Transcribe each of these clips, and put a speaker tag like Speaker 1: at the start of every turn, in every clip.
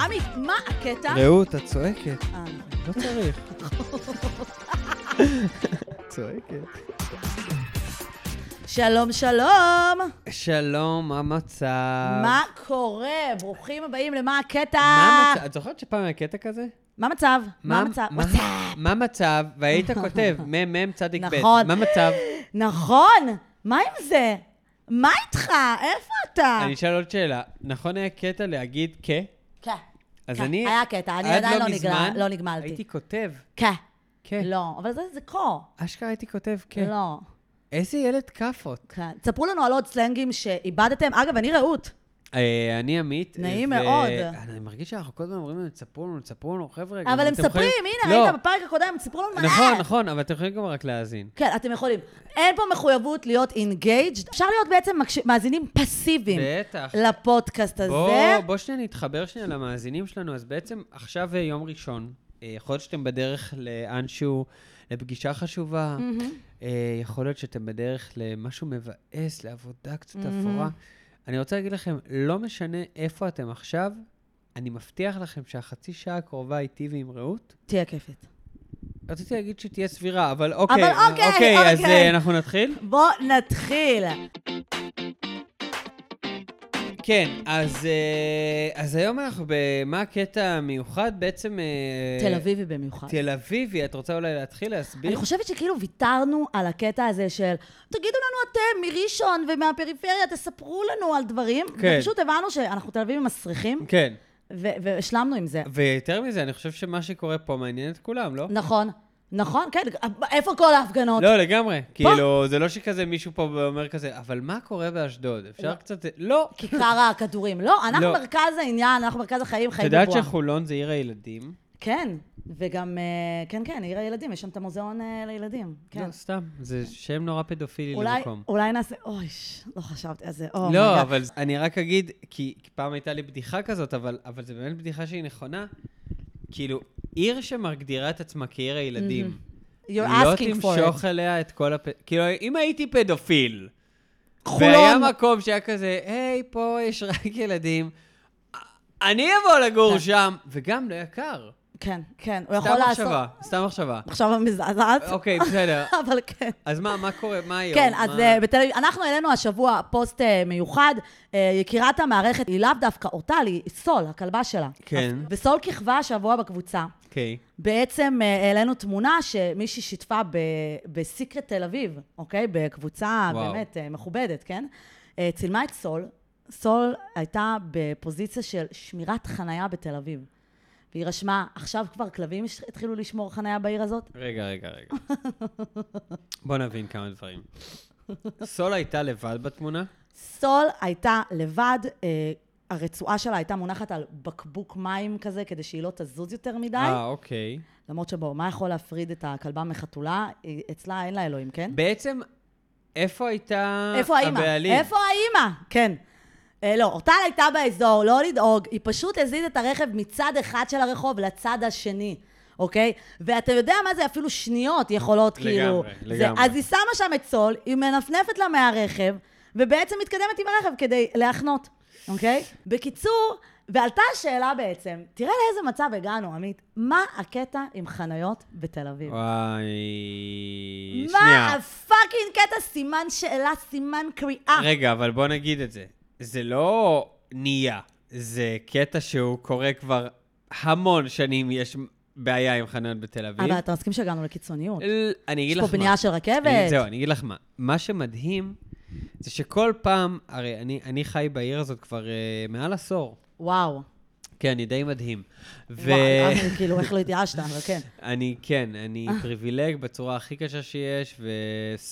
Speaker 1: עמי, מה הקטע?
Speaker 2: רעות, את צועקת.
Speaker 1: אה, נכון.
Speaker 2: לא צריך. צועקת.
Speaker 1: שלום, שלום!
Speaker 2: שלום, מה המצב?
Speaker 1: מה קורה? ברוכים הבאים למה הקטע?
Speaker 2: מה המצב? את זוכרת שפעם היה קטע כזה?
Speaker 1: מה המצב? מה המצב?
Speaker 2: מה- מה המצב? והיית כותב, מ"מ צדיק ב'.
Speaker 1: נכון.
Speaker 2: מה המצב?
Speaker 1: נכון! מה עם זה? מה איתך? איפה אתה?
Speaker 2: אני אשאל עוד שאלה. נכון היה קטע להגיד כ?
Speaker 1: כן.
Speaker 2: אז
Speaker 1: כן,
Speaker 2: אני...
Speaker 1: היה קטע, אני
Speaker 2: עד
Speaker 1: עדיין לא
Speaker 2: מזמן
Speaker 1: נגלה- לא נגמלתי.
Speaker 2: הייתי כותב
Speaker 1: כן.
Speaker 2: כ.
Speaker 1: לא, אבל זה- זה קור.
Speaker 2: אשכרה הייתי כותב כ.
Speaker 1: לא.
Speaker 2: איזה ילד כאפות.
Speaker 1: כן. תספרו לנו על עוד סלנגים שאיבדתם. אגב, אני רעות.
Speaker 2: אה, אני עמית.
Speaker 1: נעים
Speaker 2: ו-
Speaker 1: מאוד.
Speaker 2: אני מרגיש שאנחנו כל הזמן אומרים לנו, תספרו לנו, תספרו לנו, חבר'ה. גם
Speaker 1: אבל הם
Speaker 2: אתם יכולים-
Speaker 1: מספרים, הנה,
Speaker 2: לא,
Speaker 1: ראית בפרק הקודם, הם סיפרו לנו מלא.
Speaker 2: נכון, נכון, אבל אתם יכולים גם רק להאזין.
Speaker 1: כן, אתם יכולים. אין פה מחויבות להיות אינגייג'ד. אפשר להיות בעצם מקש- מאזינים פסיביים
Speaker 2: בטח.
Speaker 1: לפודקאסט הזה.
Speaker 2: בוא, בוא שניה נתחבר שניה למאזינים שלנו. אז בעצם עכשיו אה, יום ראשון. אה, יכול להיות שאתם בדרך לאנשהו, לפגישה חשובה.
Speaker 1: Mm.
Speaker 2: אה, יכול להיות שאתם בדרך למשהו מבאס, לעבודה קצת
Speaker 1: Mm-hmm.
Speaker 2: אפורה. אני רוצה להגיד לכם, לא משנה איפה אתם עכשיו, אני מבטיח לכם שהחצי שעה הקרובה איתי ועם רעות,
Speaker 1: תהיה כיפית.
Speaker 2: רציתי להגיד שתהיה סבירה, אבל אוקיי.
Speaker 1: אבל אוקיי,
Speaker 2: אוקיי, אז
Speaker 1: אוקיי.
Speaker 2: אה, אנחנו נתחיל?
Speaker 1: בוא נתחיל.
Speaker 2: אה, כן, אז, אה, אז היום אנחנו במה הקטע המיוחד בעצם... אה,
Speaker 1: תל אביבי במיוחד.
Speaker 2: תל אביבי, את רוצה אולי להתחיל להסביר?
Speaker 1: אני חושבת שכאילו ויתרנו על הקטע הזה של, תגידו לנו אתם מראשון ומהפריפריה, תספרו לנו על דברים.
Speaker 2: כן.
Speaker 1: ופשוט הבנו שאנחנו תל אביבים מסריחים,
Speaker 2: כן,
Speaker 1: ו- והשלמנו עם זה.
Speaker 2: ויותר מזה, אני חושב שמה שקורה פה מעניין את כולם, לא?
Speaker 1: נכון, נכון, כן, איפה כל ההפגנות?
Speaker 2: לא, לגמרי. כאילו, זה לא שכזה מישהו פה אומר כזה, אבל מה קורה באשדוד? אפשר
Speaker 1: לא.
Speaker 2: קצת... לא.
Speaker 1: כיכר הכדורים. לא, אנחנו
Speaker 2: לא.
Speaker 1: מרכז העניין, אנחנו מרכז החיים,
Speaker 2: את
Speaker 1: חיים בבועה.
Speaker 2: יודעת שחולון זה עיר הילדים?
Speaker 1: כן, וגם, אה, כן, כן, עיר הילדים, יש שם את המוזיאון אה, לילדים. כן.
Speaker 2: לא, סתם. זה שם נורא פדופילי
Speaker 1: אולי,
Speaker 2: למקום.
Speaker 1: אולי נעשה, אוי, ש- לא חשבתי על זה, אוי,
Speaker 2: לא, אבל אני רק אגיד, כי כי פעם הייתה לי בדיחה כזאת, אבל, אבל זו באמת בדיחה שהיא נכונה. כאילו, עיר שמגדירה את עצמה כעיר הילדים,
Speaker 1: Mm-hmm. You're
Speaker 2: לא
Speaker 1: asking for
Speaker 2: תמשוך
Speaker 1: it.
Speaker 2: אליה את כל הפ... כאילו, אם הייתי פדופיל, והיה
Speaker 1: חולון,
Speaker 2: מקום שהיה כזה, היי, פה יש רק ילדים, אני אבוא לגור
Speaker 1: כן.
Speaker 2: שם, וגם לא יקר.
Speaker 1: כן, כן, הוא
Speaker 2: סתם
Speaker 1: יכול לעשות...
Speaker 2: מחשבה, סתם מחשבה.
Speaker 1: עכשיו מזעזעת.
Speaker 2: אוקיי, בסדר.
Speaker 1: אבל כן.
Speaker 2: אז מה, מה קורה? מה היום?
Speaker 1: כן, אז
Speaker 2: מה-
Speaker 1: אה, בתל אביב, אנחנו העלינו השבוע פוסט אה, מיוחד, אה, יקירת המערכת היא לאו דווקא אותה, היא סול, הכלבה שלה.
Speaker 2: כן.
Speaker 1: אז- וסול כיכבה השבוע בקבוצה.
Speaker 2: אוקיי.
Speaker 1: בעצם אה, העלינו תמונה שמישהי שיתפה ב- בסיקרט תל אביב, אוקיי? בקבוצה
Speaker 2: וואו.
Speaker 1: וואו. באמת אה, מכובדת, כן? אה, צילמה את סול. סול הייתה בפוזיציה של שמירת חנייה בתל אביב. והיא רשמה, עכשיו כבר כלבים הש- התחילו לשמור חנייה בעיר הזאת?
Speaker 2: רגע, רגע, רגע. בוא נבין כמה דברים. סול הייתה לבד בתמונה?
Speaker 1: סול הייתה לבד, אה, הרצועה שלה הייתה מונחת על בקבוק מים כזה, כדי שהיא לא תזוז יותר מדי.
Speaker 2: אה, אוקיי.
Speaker 1: למרות שבו, מה יכול להפריד את הכלבה מחתולה? היא- אצלה אין לה אלוהים, כן?
Speaker 2: בעצם, איפה הייתה
Speaker 1: איפה האימא?
Speaker 2: אה, הבעלים?
Speaker 1: איפה האימא? כן. אה, לא, אותה הייתה באזור, לא לדאוג, היא פשוט הזיזה את הרכב מצד אחד של הרחוב לצד השני, אוקיי? ואתה יודע מה זה, אפילו שניות יכולות,
Speaker 2: לגמרי,
Speaker 1: כאילו...
Speaker 2: לגמרי.
Speaker 1: זה, אז היא שמה שם את סול, היא מנפנפת לה מהרכב, ובעצם מתקדמת עם הרכב כדי להחנות, אוקיי? בקיצור, ועלתה השאלה בעצם, תראה לאיזה מצב הגענו, עמית, מה הקטע עם חניות בתל אביב?
Speaker 2: וואי...
Speaker 1: מה
Speaker 2: שנייה.
Speaker 1: הפאקינג קטע סימן שאלה, סימן קריאה?
Speaker 2: רגע, אבל בוא נגיד את זה. זה לא נהיה, זה קטע שהוא קורה כבר המון שנים, יש בעיה עם חנויות בתל אביב.
Speaker 1: אבל אתה מסכים שהגענו לקיצוניות?
Speaker 2: אל- אני אגיד
Speaker 1: יש
Speaker 2: לך
Speaker 1: פה
Speaker 2: מה.
Speaker 1: בנייה של רכבת?
Speaker 2: אני- זהו, אני אגיד לך מה. מה שמדהים, זה שכל פעם, הרי אני, אני חי בעיר הזאת כבר אה, מעל עשור.
Speaker 1: וואו.
Speaker 2: כן, אני די מדהים. ו...
Speaker 1: וואי, אז כאילו, איך לא התייאשת, אבל כן.
Speaker 2: אני, כן, אני פריבילג בצורה הכי קשה שיש, ו...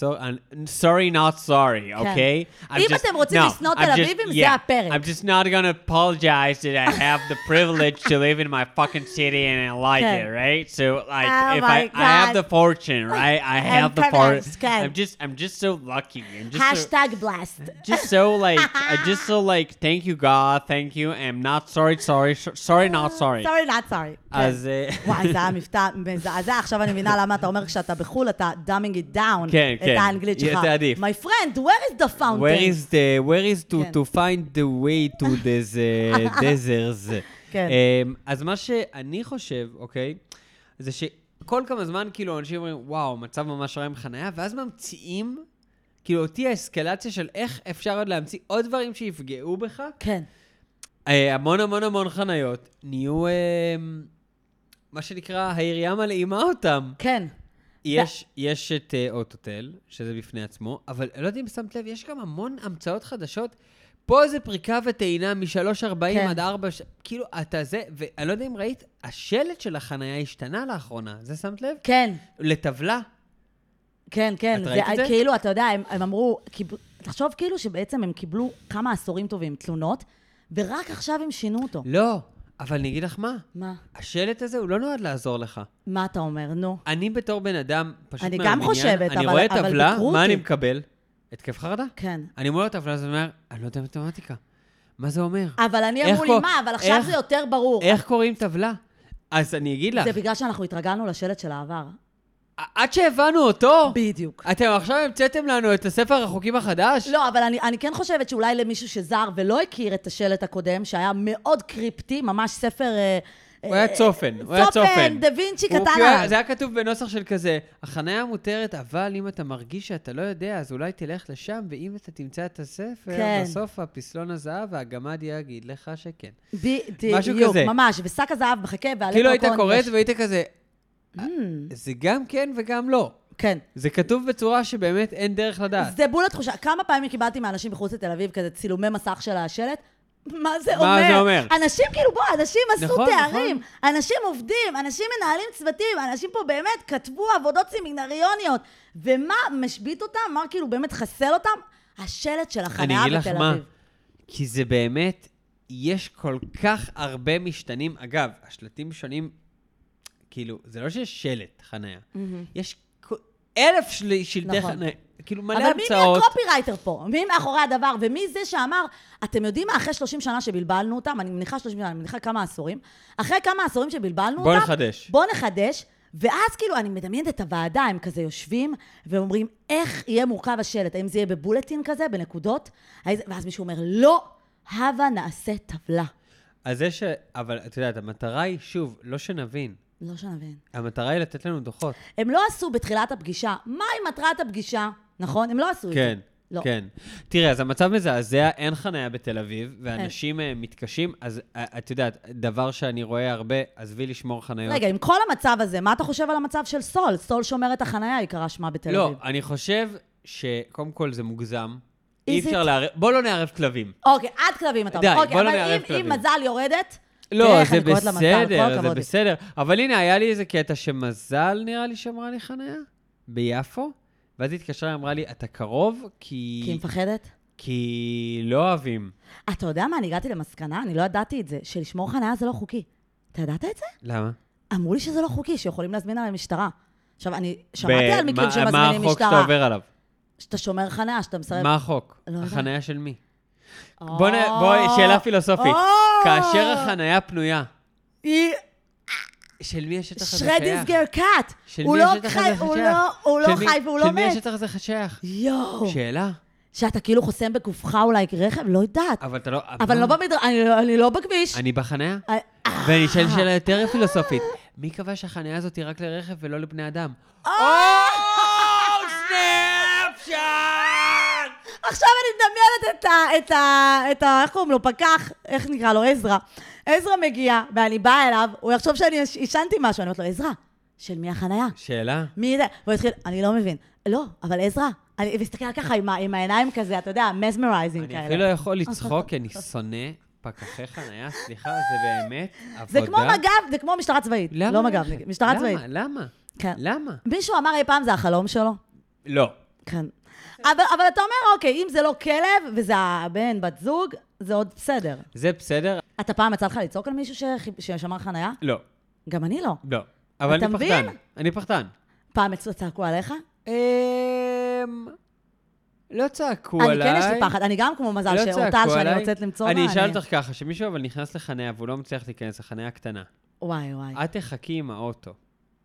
Speaker 2: so- I'm- sorry not sorry, אוקיי? I'm
Speaker 1: אם
Speaker 2: just-
Speaker 1: אתם רוצים
Speaker 2: no,
Speaker 1: לשנוא
Speaker 2: I'm
Speaker 1: תל
Speaker 2: just-
Speaker 1: אביבים, זה
Speaker 2: yeah,
Speaker 1: הפרק.
Speaker 2: I'm just not gonna apologize that I have the privilege to live in my fucking city and I like
Speaker 1: כן.
Speaker 2: it, right? So, like,
Speaker 1: Oh
Speaker 2: if
Speaker 1: my
Speaker 2: I, I have
Speaker 1: God.
Speaker 2: the fortune, right? I have the fortune.
Speaker 1: privileged, כן.
Speaker 2: I'm just, I'm just so lucky. I'm just so-
Speaker 1: השטג בלאסט.
Speaker 2: just so like I just so like thank you God, thank you. I'm not sorry, sorry, sh- sorry not sorry.
Speaker 1: סורי, נאט סורי.
Speaker 2: אז אה,
Speaker 1: כן. וואי, זה היה מבטא מזעזע, עכשיו אני מבינה למה אתה אומר כשאתה בחו"ל, אתה dumbing it down.
Speaker 2: כן, כן.
Speaker 1: את האנגלית
Speaker 2: יהיה,
Speaker 1: שלך.
Speaker 2: זה עדיף.
Speaker 1: My friend, where is the fountain?
Speaker 2: where is the where is to
Speaker 1: כן.
Speaker 2: to find the way to this uh, deserts?
Speaker 1: כן.
Speaker 2: אמ, אז מה שאני חושב, אוקיי, זה שכל כמה זמן, כאילו, אנשים אומרים, וואו, מצב ממש רע עם חנייה, ואז ממציאים, כאילו, אותי האסקלציה של איך אפשר עוד להמציא עוד דברים שיפגעו בך.
Speaker 1: כן.
Speaker 2: אה, המון המון המון חניות נהיו, אמ, מה שנקרא, העירייה מלאימה אותם.
Speaker 1: כן.
Speaker 2: יש, יש את אה, אוטוטל, שזה בפני עצמו, אבל לא יודע אם שמת לב, יש גם המון המצאות חדשות. פה זה פריקה וטעינה מ-3.40
Speaker 1: כן.
Speaker 2: עד 4, ש... כאילו, אתה זה, ואני לא יודע אם ראית, השלט של החנייה השתנה לאחרונה, זה שמת לב?
Speaker 1: כן.
Speaker 2: לטבלה.
Speaker 1: כן, כן.
Speaker 2: את ראית את זה?
Speaker 1: כאילו, אתה יודע, הם, הם אמרו, קיבל, תחשוב כאילו שבעצם הם קיבלו כמה עשורים טובים תלונות, ורק עכשיו הם שינו אותו.
Speaker 2: לא, אבל אני אגיד לך מה,
Speaker 1: מה?
Speaker 2: השלט הזה הוא לא נועד לעזור לך.
Speaker 1: מה אתה אומר? נו.
Speaker 2: אני בתור בן אדם, פשוט
Speaker 1: אני
Speaker 2: מהמניין,
Speaker 1: גם חושבת,
Speaker 2: אני
Speaker 1: אבל-
Speaker 2: רואה
Speaker 1: אבל
Speaker 2: טבלה,
Speaker 1: ביקרו
Speaker 2: מה
Speaker 1: אותי.
Speaker 2: אני מקבל? התקף חרדה.
Speaker 1: כן.
Speaker 2: אני מול הטבלה הזאת ואומר, אני לא יודע מתמטיקה. מה זה אומר?
Speaker 1: אבל אני
Speaker 2: איך
Speaker 1: אמרו לי,
Speaker 2: קור-
Speaker 1: מה? אבל עכשיו
Speaker 2: איך-
Speaker 1: זה יותר ברור.
Speaker 2: איך קוראים טבלה? אז אני אגיד לך,
Speaker 1: זה בגלל שאנחנו התרגלנו לשלט של העבר.
Speaker 2: עד שהבנו אותו,
Speaker 1: בדיוק.
Speaker 2: אתם עכשיו המצאתם לנו את הספר החוקים החדש?
Speaker 1: לא, אבל אני, אני כן חושבת שאולי למישהו שזר ולא הכיר את השלט הקודם, שהיה מאוד קריפטי, ממש ספר... אה,
Speaker 2: הוא היה
Speaker 1: אה,
Speaker 2: צופן, הוא היה צופן.
Speaker 1: צופן, דה וינצ'י
Speaker 2: הוא
Speaker 1: קטן
Speaker 2: כאילו היה-
Speaker 1: עליו.
Speaker 2: זה היה כתוב בנוסח של כזה, החניה מותרת, אבל אם אתה מרגיש שאתה לא יודע, אז אולי תלך לשם, ואם אתה תמצא את הספר,
Speaker 1: כן.
Speaker 2: בסוף הפסלון הזהב והגמד יגיד לך שכן. משהו
Speaker 1: בדיוק,
Speaker 2: כזה.
Speaker 1: ממש, ושק הזהב מחכה, ועלי
Speaker 2: כאילו היית
Speaker 1: קרקון
Speaker 2: קורא את
Speaker 1: יש.
Speaker 2: זה והיית כזה,
Speaker 1: Mm.
Speaker 2: "אה, זה גם כן וגם לא.
Speaker 1: כן.
Speaker 2: זה כתוב בצורה שבאמת אין דרך לדעת.
Speaker 1: זה בול התחושה. כמה פעמים קיבלתי מאנשים מחוץ לתל אביב כזה צילומי מסך של השלט? מה זה אומר?
Speaker 2: מה זה אומר?
Speaker 1: אנשים כאילו, בוא, אנשים עשו
Speaker 2: נכון,
Speaker 1: תארים, אנשים עובדים, אנשים מנהלים צוותים, אנשים פה באמת כתבו עבודות סמינריוניות. ומה משבית אותם? מה כאילו באמת חסל אותם? השלט של החניה בתל אביב.
Speaker 2: כי זה באמת, יש כל כך הרבה משתנים. אגב, השלטים שונים, כאילו, זה לא שיש שלט חניה. יש כ- אלף של... שלטי
Speaker 1: נכון.
Speaker 2: חניה, כאילו מלא
Speaker 1: אבל מי
Speaker 2: המצאות.
Speaker 1: מהקופירייטר פה? מי מאחורי הדבר? ומי זה שאמר, אתם יודעים מה, אחרי 30 שנה שבלבלנו אותם, אני מניחה 30 שנה, אני מניחה כמה עשורים, אחרי כמה עשורים שבלבלנו
Speaker 2: בוא
Speaker 1: אותם,
Speaker 2: נחדש.
Speaker 1: בוא נחדש, ואז כאילו, אני מדמיינת את הוועדה, הם כזה יושבים ואומרים, איך יהיה מורכב השלט? האם זה יהיה בבולטין כזה, בנקודות? האם זה- ואז מישהו אומר, לא, הבה נעשה טבלה.
Speaker 2: אז זה ש... אבל את יודעת, המטרה היא, שוב, לא שנבין.
Speaker 1: לא שנבין.
Speaker 2: המטרה היא לתת לנו דוחות.
Speaker 1: הם לא עשו בתחילת הפגישה, מהי מטרת הפגישה, נכון? הם לא עשו את זה.
Speaker 2: כן,
Speaker 1: לא.
Speaker 2: כן. תראה, אז המצב מזעזע, אין חניה בתל אביב, ואנשים אה, מתקשים, אז אה, את יודעת, דבר שאני רואה הרבה, עזבי לשמור חניות.
Speaker 1: רגע, עם כל המצב הזה, מה אתה חושב על המצב של סול? סול שומרת החנייה, היא קרא שמה בתל
Speaker 2: לא,
Speaker 1: אביב.
Speaker 2: אני חושב שקודם כל זה מוגזם. אי
Speaker 1: Is
Speaker 2: אפשר
Speaker 1: it?
Speaker 2: לערב, בוא לא נערב כלבים.
Speaker 1: אוקיי, עד כלבים אתה
Speaker 2: די,
Speaker 1: אומר. אוקיי,
Speaker 2: בוא לא
Speaker 1: אבל
Speaker 2: נערב
Speaker 1: אם-
Speaker 2: כלבים.
Speaker 1: אם מזל יורדת, תראה
Speaker 2: לא,
Speaker 1: איך
Speaker 2: זה
Speaker 1: אני קוראת לה מזל, כל
Speaker 2: בסדר, זה
Speaker 1: הכבוד לי.
Speaker 2: בסדר. אבל הנה, היה לי איזה קטע שמזל, נראה לי, שמרה לי חניה, ביפו, ואז היא התקשרה, אמרה לי, אתה קרוב, כי...
Speaker 1: כי היא מפחדת?
Speaker 2: כי לא אוהבים.
Speaker 1: אתה יודע מה, אני הגעתי למסקנה, אני לא ידעתי את זה, שלשמור חנייה זה לא חוקי. אתה ידעת את זה?
Speaker 2: למה?
Speaker 1: אמרו לי שזה לא חוקי, שיכולים להזמין עליהם משטרה. עכשיו, אני שמעתי על מקרים
Speaker 2: במה- מה
Speaker 1: שמזמינים
Speaker 2: החוק שאתה
Speaker 1: משטרה.
Speaker 2: עובר עליו?
Speaker 1: שאתה שומר חנייה, שאתה מסרב...
Speaker 2: מה החוק?
Speaker 1: לא יודעת.
Speaker 2: החניה של מי?
Speaker 1: או,
Speaker 2: בוא נ- בואי, שאלה פילוסופית.
Speaker 1: או,
Speaker 2: כאשר החניה פנויה,
Speaker 1: היא
Speaker 2: של מי השטח הזה שייך?
Speaker 1: שרדינסגר קאט.
Speaker 2: של
Speaker 1: הוא
Speaker 2: מי
Speaker 1: לא
Speaker 2: השטח הזה
Speaker 1: חי- הוא
Speaker 2: שייך?
Speaker 1: לא- הוא לא
Speaker 2: של מי-
Speaker 1: חי והוא לא
Speaker 2: של מי
Speaker 1: מת.
Speaker 2: השטח הזה שייך?
Speaker 1: יואו.
Speaker 2: שאלה.
Speaker 1: שאתה כאילו חוסם בגופך אולי רכב? לא יודעת.
Speaker 2: אבל אתה לא...
Speaker 1: אבל לא במדר... אני- אני לא בכביש.
Speaker 2: אני בחניה?
Speaker 1: אה,
Speaker 2: ואני אשאל שאלה יותר פילוסופית. מי קבע שהחניה הזאת היא רק לרכב ולא לבני אדם?
Speaker 1: אה,
Speaker 2: או! סנאפשאט!
Speaker 1: עכשיו אני מדמיינת את ה... את ה... את ה... איך קוראים לו? פקח, איך נקרא לו? עזרא. עזרא מגיע, ואני באה אליו, הוא יחשוב שאני עש- עישנתי משהו, אני אומרת לו, עזרא, של מי החנייה?
Speaker 2: שאלה?
Speaker 1: מי זה? והוא התחיל, אני לא מבין. לא, אבל עזרא. אני מסתכל ככה עם, ה- עם העיניים כזה, אתה יודע, מזמרייזינג
Speaker 2: אני
Speaker 1: כאלה. אוקיי.
Speaker 2: אפילו לא יכול לצחוק, כי אני שונא פקחי חניה, סליחה, זה באמת עבודה.
Speaker 1: זה כמו מג"ב, זה כמו משטרה צבאית.
Speaker 2: למה?
Speaker 1: לא מג"ב, משטרה צבאית.
Speaker 2: למה? למה?
Speaker 1: כן.
Speaker 2: למה?
Speaker 1: מישהו אמר אי פעם זה החלום שלו?
Speaker 2: לא.
Speaker 1: כן. אבל, אבל אתה אומר, אוקיי, אם זה לא כלב וזה הבן, בת זוג, זה עוד בסדר.
Speaker 2: זה בסדר?
Speaker 1: אתה פעם יצא לך לצעוק על מישהו שחיפ- ששמר חנייה?
Speaker 2: לא.
Speaker 1: גם אני לא.
Speaker 2: לא. אבל
Speaker 1: אתה
Speaker 2: אני
Speaker 1: מבין?
Speaker 2: פחדן. אני פחדן.
Speaker 1: פעם אצלו צעקו עליך?
Speaker 2: אמ... לא צעקו
Speaker 1: אני
Speaker 2: עליי.
Speaker 1: כן יש לי פחד, אני גם כמו מזל
Speaker 2: לא
Speaker 1: שאורטל
Speaker 2: צעקו
Speaker 1: שאני
Speaker 2: עליי.
Speaker 1: יוצאת למצוא
Speaker 2: אני
Speaker 1: מה,
Speaker 2: אשאל אותך ככה, שמישהו אבל נכנס לחניה והוא לא מצליח להיכנס לחניה קטנה,
Speaker 1: וואי וואי.
Speaker 2: את תחכי עם האוטו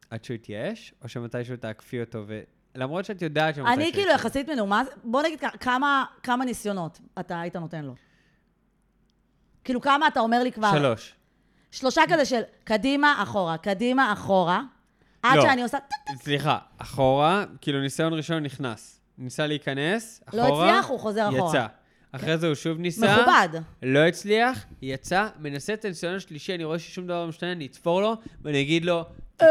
Speaker 2: עד שהוא יתייאש, או שמתישהו תעקפי אותו ו... למרות שאת יודעת שמתישהו...
Speaker 1: אני כאילו
Speaker 2: יתייאש.
Speaker 1: יחסית מנומס, בוא נגיד כ- כמה, כמה ניסיונות אתה היית נותן לו. כאילו, כמה אתה אומר לי כבר?
Speaker 2: שלוש.
Speaker 1: שלושה כזה של קדימה, אחורה, קדימה, אחורה, עד
Speaker 2: לא.
Speaker 1: שאני עושה... טק, טק,
Speaker 2: סליחה, אחורה, כאילו ניסיון ראשון נכנס. ניסה להיכנס,
Speaker 1: לא
Speaker 2: אחורה,
Speaker 1: הצליח, הוא חוזר אחורה. כן.
Speaker 2: יצא. אחרי זה הוא שוב ניסה,
Speaker 1: מכובד.
Speaker 2: לא הצליח, יצא, מנסה את הניסיון השלישי, אני רואה ששום דבר לא משתנה, אני אתפור לו, ואני אגיד לו, "אה,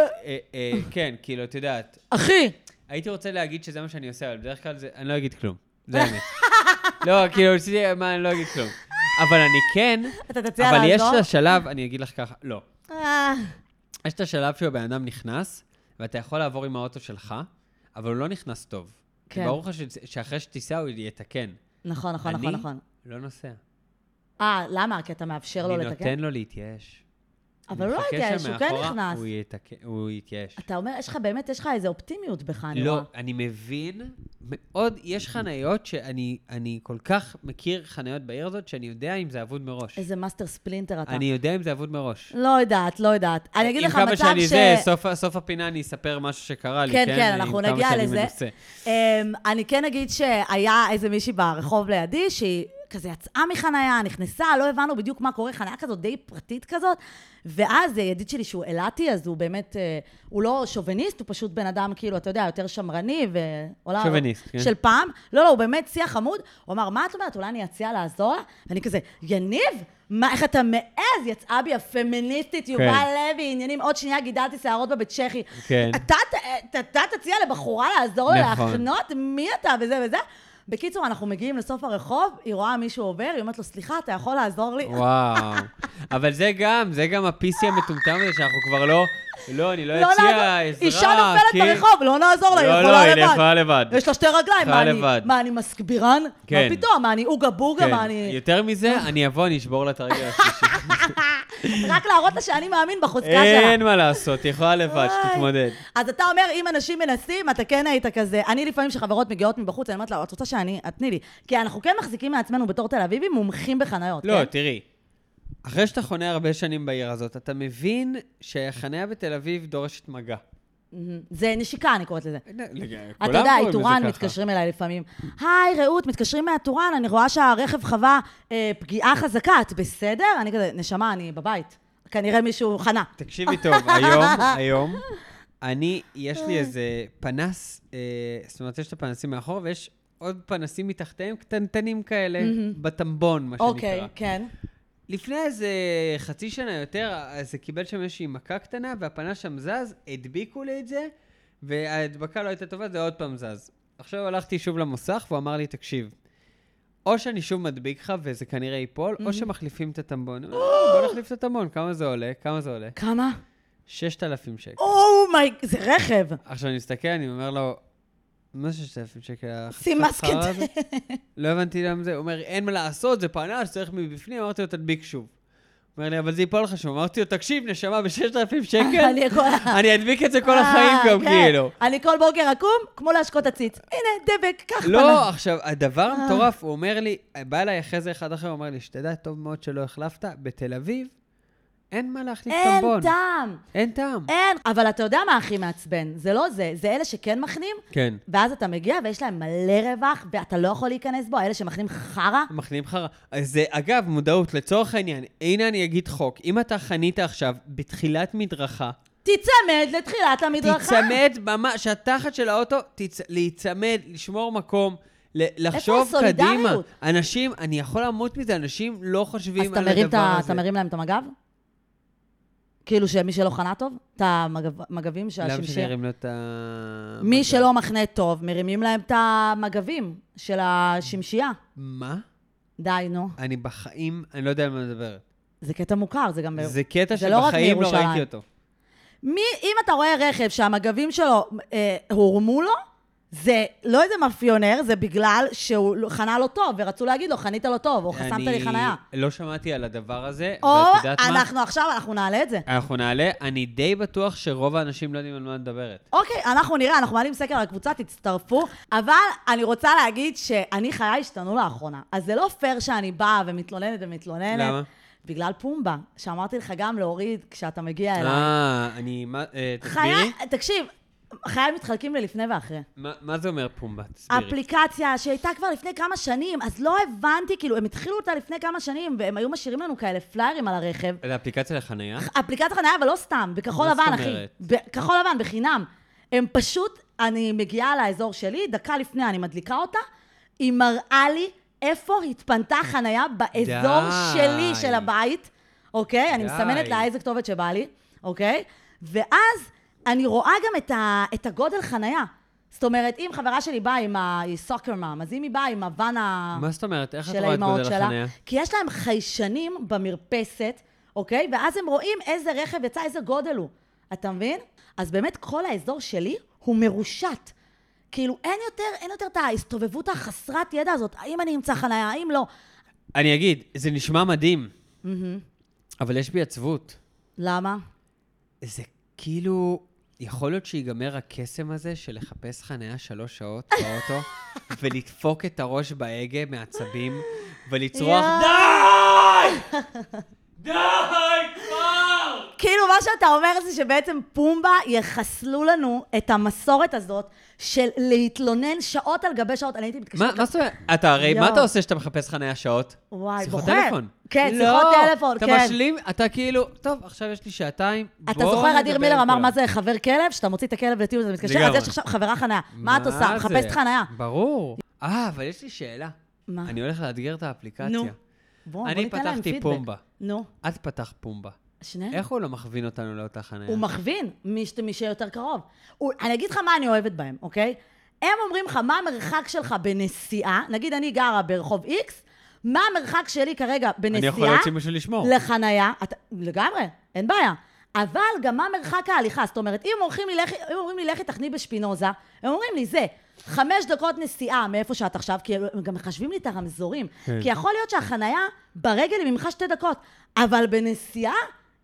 Speaker 2: אה, כן, כאילו, את יודעת,
Speaker 1: אחי!
Speaker 2: הייתי רוצה להגיד שזה מה שאני עושה, אבל בדרך כלל זה, אני לא אגיד כלום. זה האמת. לא, כאילו, רציתי, מה, אני לא אגיד כלום. אבל אני כן,
Speaker 1: אתה תציע
Speaker 2: אבל יש
Speaker 1: לעזור?
Speaker 2: את השלב, אני אגיד לך ככה, לא.
Speaker 1: אה,
Speaker 2: יש את השלב שהבן אדם נכנס, ואתה יכול לעבור עם האוטו שלך, אבל הוא לא נכנס טוב.
Speaker 1: כן.
Speaker 2: כן. ברור לך ש- שאחרי שתיסע הוא יתקן.
Speaker 1: נכון, נכון, נכון,
Speaker 2: אני?
Speaker 1: נכון.
Speaker 2: לא נוסע.
Speaker 1: אה, למה? כי אתה מאפשר לו
Speaker 2: אני
Speaker 1: לא לתקן?
Speaker 2: נותן לו להתייאש.
Speaker 1: אבל הוא לא
Speaker 2: מחכה
Speaker 1: התייאש, הוא כן
Speaker 2: שמאחורה
Speaker 1: נכנס.
Speaker 2: הוא יתק- הוא יתייאש.
Speaker 1: אתה אומר, יש לך באמת, יש לך איזו אופטימיות בך, אני
Speaker 2: לא,
Speaker 1: רואה.
Speaker 2: אני מבין מאוד, יש חניות שאני אני כל כך מכיר חניות בעיר הזאת, שאני יודע אם זה אבוד מראש.
Speaker 1: איזה מאסטר ספלינטר אתה.
Speaker 2: אני יודע אם זה אבוד מראש.
Speaker 1: לא יודעת, לא יודעת. אני אגיד לך
Speaker 2: עם כמה
Speaker 1: מצב
Speaker 2: שאני
Speaker 1: ש...
Speaker 2: זה, סוף, סוף הפינה אני אספר משהו שקרה לי,
Speaker 1: כן,
Speaker 2: כן?
Speaker 1: כן,
Speaker 2: עם
Speaker 1: אנחנו
Speaker 2: כמה
Speaker 1: נגיע
Speaker 2: שאני
Speaker 1: לזה.
Speaker 2: מנוסה.
Speaker 1: אמ, אני כן אגיד שהיה איזה מישהי ברחוב לידי, שהיא כזה יצאה מחניה, נכנסה, לא הבנו בדיוק מה קורה, חניה כזאת די פרטית כזאת, ואז אה, ידיד שלי שהוא אילתי, אז הוא באמת, אה, הוא לא שוביניסט, הוא פשוט בן אדם, כאילו, אתה יודע, יותר שמרני, ועולם...
Speaker 2: שוביניסט, כן.
Speaker 1: של פעם. לא, לא, הוא באמת שיח חמוד. הוא אמר, מה את אומרת? אולי אני אציע לעזור לה? ואני כזה, יניב, מה, איך אתה מעז? יצאה בי הפמיניסטית, יובל לוי, עניינים, עוד שנייה גידלתי שערות בבית צ'כי.
Speaker 2: כן.
Speaker 1: אתה, אתה, אתה תציע לבחורה לעזור לה
Speaker 2: נכון.
Speaker 1: להחנות? מי אתה? וזה וזה. בקיצור, אנחנו מגיעים לסוף הרחוב, היא רואה מישהו עובר, היא אומרת לו, סליחה, אתה יכול לעזור לי?
Speaker 2: וואו. אבל זה גם, זה גם ה-PC המטומטם הזה שאנחנו כבר לא, לא, אני לא
Speaker 1: לא
Speaker 2: אציע
Speaker 1: נעזור-
Speaker 2: עזרה.
Speaker 1: אישה נופלת
Speaker 2: כי-
Speaker 1: ברחוב, לא נעזור לה, היא
Speaker 2: כן." לא,
Speaker 1: יכולה
Speaker 2: לא,
Speaker 1: לבד.
Speaker 2: היא יכולה לבד.
Speaker 1: יש לה שתי רגליים,
Speaker 2: יכולה
Speaker 1: מה אני,
Speaker 2: לבד.
Speaker 1: מה אני מסבירן?
Speaker 2: כן.
Speaker 1: מה פתאום, מה אני אוגה בוגה,
Speaker 2: כן.
Speaker 1: מה אני...
Speaker 2: יותר מזה, אני אבוא, אני אשבור לה את הרגל השלישי.
Speaker 1: רק להראות לה שאני מאמין בחוזקה שלה.
Speaker 2: אין מה לעשות, היא יכולה לבד,
Speaker 1: וואי.
Speaker 2: שתתמודד.
Speaker 1: אז אתה אומר, אם אנשים מנסים, אתה כן היית כזה. אני לפעמים, כשחברות מגיעות מבחוץ, אני אומרת לה, את רוצה שאני, את תני לי. כי אנחנו כן מחזיקים מעצמנו בתור תל אביבים מומחים בחניות,
Speaker 2: לא,
Speaker 1: כן?
Speaker 2: תראי. אחרי שאתה חונה הרבה שנים בעיר הזאת, אתה מבין שהחניה בתל אביב דורשת מגע.
Speaker 1: זה נשיקה, אני קוראת לזה.
Speaker 2: אתה
Speaker 1: אתה יודע, איתורן מתקשרים אליי לפעמים. היי, רעות, מתקשרים מהטורן, אני רואה שהרכב חווה אה, פגיעה חזקה, את בסדר? אני כזה, נשמה, אני בבית. כנראה מישהו חנה.
Speaker 2: תקשיבי טוב, היום, היום, אני, יש לי איזה פנס, אה, זאת אומרת, יש את הפנסים מאחור, ויש עוד פנסים מתחתיהם קטנטנים כאלה, בטמבון, מה
Speaker 1: אוקיי,
Speaker 2: שנקרא.
Speaker 1: כן.
Speaker 2: לפני איזה חצי שנה יותר, אז זה קיבל שם איזושהי מכה קטנה, והפנס שם זז, הדביקו לי את זה, וההדבקה לא הייתה טובה, זה עוד פעם זז. עכשיו הלכתי שוב למוסך, והוא אמר לי, תקשיב, או שאני שוב מדביק לך וזה כנראה ייפול, או שמחליפים את הטמבון. אני אומר, "אה, בוא נחליף את הטמבון, כמה זה עולה? כמה זה עולה?
Speaker 1: כמה?
Speaker 2: 6,000 שקל.
Speaker 1: אומי, Oh זה רכב.
Speaker 2: עכשיו אני מסתכל, אני אומר לו, מה זה 6,000 שקל?
Speaker 1: שים
Speaker 2: החתיכת
Speaker 1: מסקט.
Speaker 2: חרא הזה?" לא הבנתי למה זה, הוא אומר, אין מה לעשות, זה פנס, צריך מבפנים, אמרתי לו, תדביק שוב. הוא אומר לי, אבל זה ייפול לך שוב. אמרתי לו, תקשיב, נשמה, ב-6,000 שקל,
Speaker 1: אני יכולה...
Speaker 2: אני אדביק את כן, זה כל החיים
Speaker 1: אה,
Speaker 2: גם,
Speaker 1: כן.
Speaker 2: כאילו.
Speaker 1: אני כל בוקר אקום, כמו להשקות עציץ. הנה, דבק, קח פנה.
Speaker 2: לא, עכשיו, הדבר המטורף,
Speaker 1: אה.
Speaker 2: הוא אומר לי, בא אליי אחרי זה אחד אחר, הוא אומר לי, שתדע, טוב מאוד שלא החלפת, בתל אביב, אין מה להחליף
Speaker 1: אין
Speaker 2: טמבון.
Speaker 1: טעם.
Speaker 2: אין טעם.
Speaker 1: אין. אבל אתה יודע מה הכי מעצבן? זה לא זה, זה אלה שכן מחנים,
Speaker 2: כן.
Speaker 1: ואז אתה מגיע ויש להם מלא רווח, ואתה לא יכול להיכנס בו, אלה שמחנים חרא.
Speaker 2: מחנים חרא. אז זה, אגב, מודעות, לצורך העניין, הנה אני אגיד חוק. אם אתה חנית עכשיו בתחילת מדרכה,
Speaker 1: תיצמד לתחילת המדרכה.
Speaker 2: תיצמד ממש, שהתחת של האוטו, תצ... להיצמד, לשמור מקום, ל- לחשוב
Speaker 1: הסולידריות?
Speaker 2: קדימה. אנשים, אני יכול למות מזה, אנשים לא
Speaker 1: אז
Speaker 2: חושבים
Speaker 1: אתה
Speaker 2: על
Speaker 1: מרים, את
Speaker 2: הדבר
Speaker 1: ה-
Speaker 2: הזה.
Speaker 1: אתה מרים להם את המגב? כאילו שמי שלא חנה טוב, את המגבים
Speaker 2: למה
Speaker 1: שהשמשיר.
Speaker 2: שנרים לו את ה...
Speaker 1: מי שלא מחנה טוב, מרימים להם את המגבים של השמשייה.
Speaker 2: מה?
Speaker 1: די, נו.
Speaker 2: אני בחיים, אני לא יודע על מה מדבר.
Speaker 1: זה קטע מוכר, זה גם... ב-
Speaker 2: זה קטע
Speaker 1: זה לא רק
Speaker 2: שבחיים לא
Speaker 1: מירושלים.
Speaker 2: ראיתי אותו.
Speaker 1: מי, אם אתה רואה רכב שהמגבים שלו אה, הורמו לו, זה לא איזה מאפיונר, זה בגלל שהוא לא- חנה לא טוב, ורצו להגיד לו, חנית לא טוב, או חסמת
Speaker 2: אני
Speaker 1: לי חניה.
Speaker 2: לא שמעתי על הדבר הזה,
Speaker 1: או,
Speaker 2: ואת יודעת מה?
Speaker 1: אנחנו עכשיו, אנחנו נעלה את זה.
Speaker 2: אנחנו נעלה, אני די בטוח שרוב האנשים לא יודעים על מה את מדברת.
Speaker 1: אוקיי, אנחנו נראה, אנחנו מעלים סקר לקבוצה, תצטרפו. אבל אני רוצה להגיד שאני חיי השתנו לאחרונה. אז זה לא פייר שאני באה ומתלוננת ומתלוננת.
Speaker 2: למה?
Speaker 1: בגלל פומבה, שאמרתי לך גם להוריד כשאתה מגיע אליי.
Speaker 2: אה, אני... מה- אה,
Speaker 1: חיי,
Speaker 2: תסבירי?
Speaker 1: תקשיב, חיי מתחלקים ללפני ואחרי.
Speaker 2: מה מה זה אומר פומבה? תסבירי.
Speaker 1: אפליקציה שהייתה כבר לפני כמה שנים, אז לא הבנתי, כאילו, הם התחילו אותה לפני כמה שנים, והם היו משאירים לנו כאלה פליירים על הרכב.
Speaker 2: זה אפליקציה לחנייה?
Speaker 1: אפליקציית חניה, אבל לא סתם, בכחול
Speaker 2: מה
Speaker 1: לבן,
Speaker 2: זאת
Speaker 1: אחי.
Speaker 2: אומרת?
Speaker 1: בכחול לבן, בחינם. הם פשוט, אני מגיעה לאזור שלי, דקה לפני אני מדליקה אותה, היא מראה לי איפה התפנתה חניה באזור
Speaker 2: די.
Speaker 1: שלי, של הבית, אוקיי? אני
Speaker 2: די.
Speaker 1: מסמנת לה איזה כתובת שבא לי, אוקיי? ואז אני רואה גם את, ה, את הגודל חניה. זאת אומרת, אם חברה שלי באה עם ה... היא סוקר מאם, אז אם היא באה עם הוואן ה...
Speaker 2: מה זאת אומרת? איך את
Speaker 1: אה. של
Speaker 2: רואה את
Speaker 1: האימהות
Speaker 2: גודל
Speaker 1: שלה,
Speaker 2: החנייה?
Speaker 1: כי יש להם חיישנים במרפסת, אוקיי? ואז הם רואים איזה רכב יצא, איזה גודל הוא. אתה מבין? אז באמת כל האזור שלי הוא מרושת. כאילו אין יותר, אין יותר את ההסתובבות החסרת ידע הזאת, האם אני אמצא חניה, האם לא.
Speaker 2: אני אגיד, זה נשמע מדהים,
Speaker 1: מהמם.
Speaker 2: אבל יש בי עצבות.
Speaker 1: למה?
Speaker 2: זה כאילו, יכול להיות שיגמר הקסם הזה של לחפש חניה שלוש שעות באוטו, ולדפוק את הראש בהגה מעצבים, ולצרוח,
Speaker 1: יואו.
Speaker 2: די! די כבר!
Speaker 1: כאילו, מה שאתה אומר זה שבעצם פומבה יחסלו לנו את המסורת הזאת של להתלונן שעות על גבי שעות. אני הייתי מתקשרת...
Speaker 2: מה מה זאת אומרת? אתה הרי, מה אתה
Speaker 1: יואו.
Speaker 2: עושה כשאתה מחפש חניה שעות?
Speaker 1: לא. וואי,
Speaker 2: שיחות
Speaker 1: בוחר.
Speaker 2: טלפון.
Speaker 1: כן,
Speaker 2: לא,
Speaker 1: שיחות טלפון,
Speaker 2: אתה
Speaker 1: כן.
Speaker 2: משלים, אתה כאילו, טוב, עכשיו יש לי שעתיים,
Speaker 1: אתה
Speaker 2: בוא
Speaker 1: זוכר, אדיר
Speaker 2: נדבר
Speaker 1: מילר
Speaker 2: עם
Speaker 1: אמר,
Speaker 2: כולם."
Speaker 1: מה זה חבר כלב? שאתה מוציא את הכלב לטיול, זה מתקשר, אז
Speaker 2: לגמרי.
Speaker 1: יש עכשיו חברה חניה. מה את עושה?
Speaker 2: זה?
Speaker 1: מחפשת חניה.
Speaker 2: ברור. אה, אבל יש לי שאלה.
Speaker 1: מה?
Speaker 2: אני הולך לאתגר את האפליקציה.
Speaker 1: נו. בוא, בוא
Speaker 2: אני
Speaker 1: ניתן להם
Speaker 2: פתחתי
Speaker 1: פידבק.
Speaker 2: פומבה.
Speaker 1: נו,
Speaker 2: את פתחת פומבה.
Speaker 1: שניהם.
Speaker 2: איך הוא לא מכווין אותנו לאותה חניה?
Speaker 1: הוא מכווין, מי, ש- מי שיותר קרוב. הוא, אני אגיד לך מה אני אוהבת בהם, אוקיי? הם אומרים לך מה המרחק שלך בנסיעה, נגיד אני גרה ברחוב X, מה המרחק שלי כרגע
Speaker 2: אני
Speaker 1: בנסיעה
Speaker 2: יכול להוציא מישהו לשמור.
Speaker 1: לחנייה, אתה, לגמרי, אין בעיה. אבל גם מה מרחק ההליכה, זאת אומרת, אם, הולכים לי, לכי- אם אומרים לי לכי תחני בשפינוזה, הם אומרים לי זה. חמש דקות נסיעה מאיפה שאת עכשיו, כי הם גם מחשבים לי את הרמזורים.
Speaker 2: כן.
Speaker 1: כי יכול להיות שהחנייה ברגל היא ממך שתי דקות, אבל בנסיעה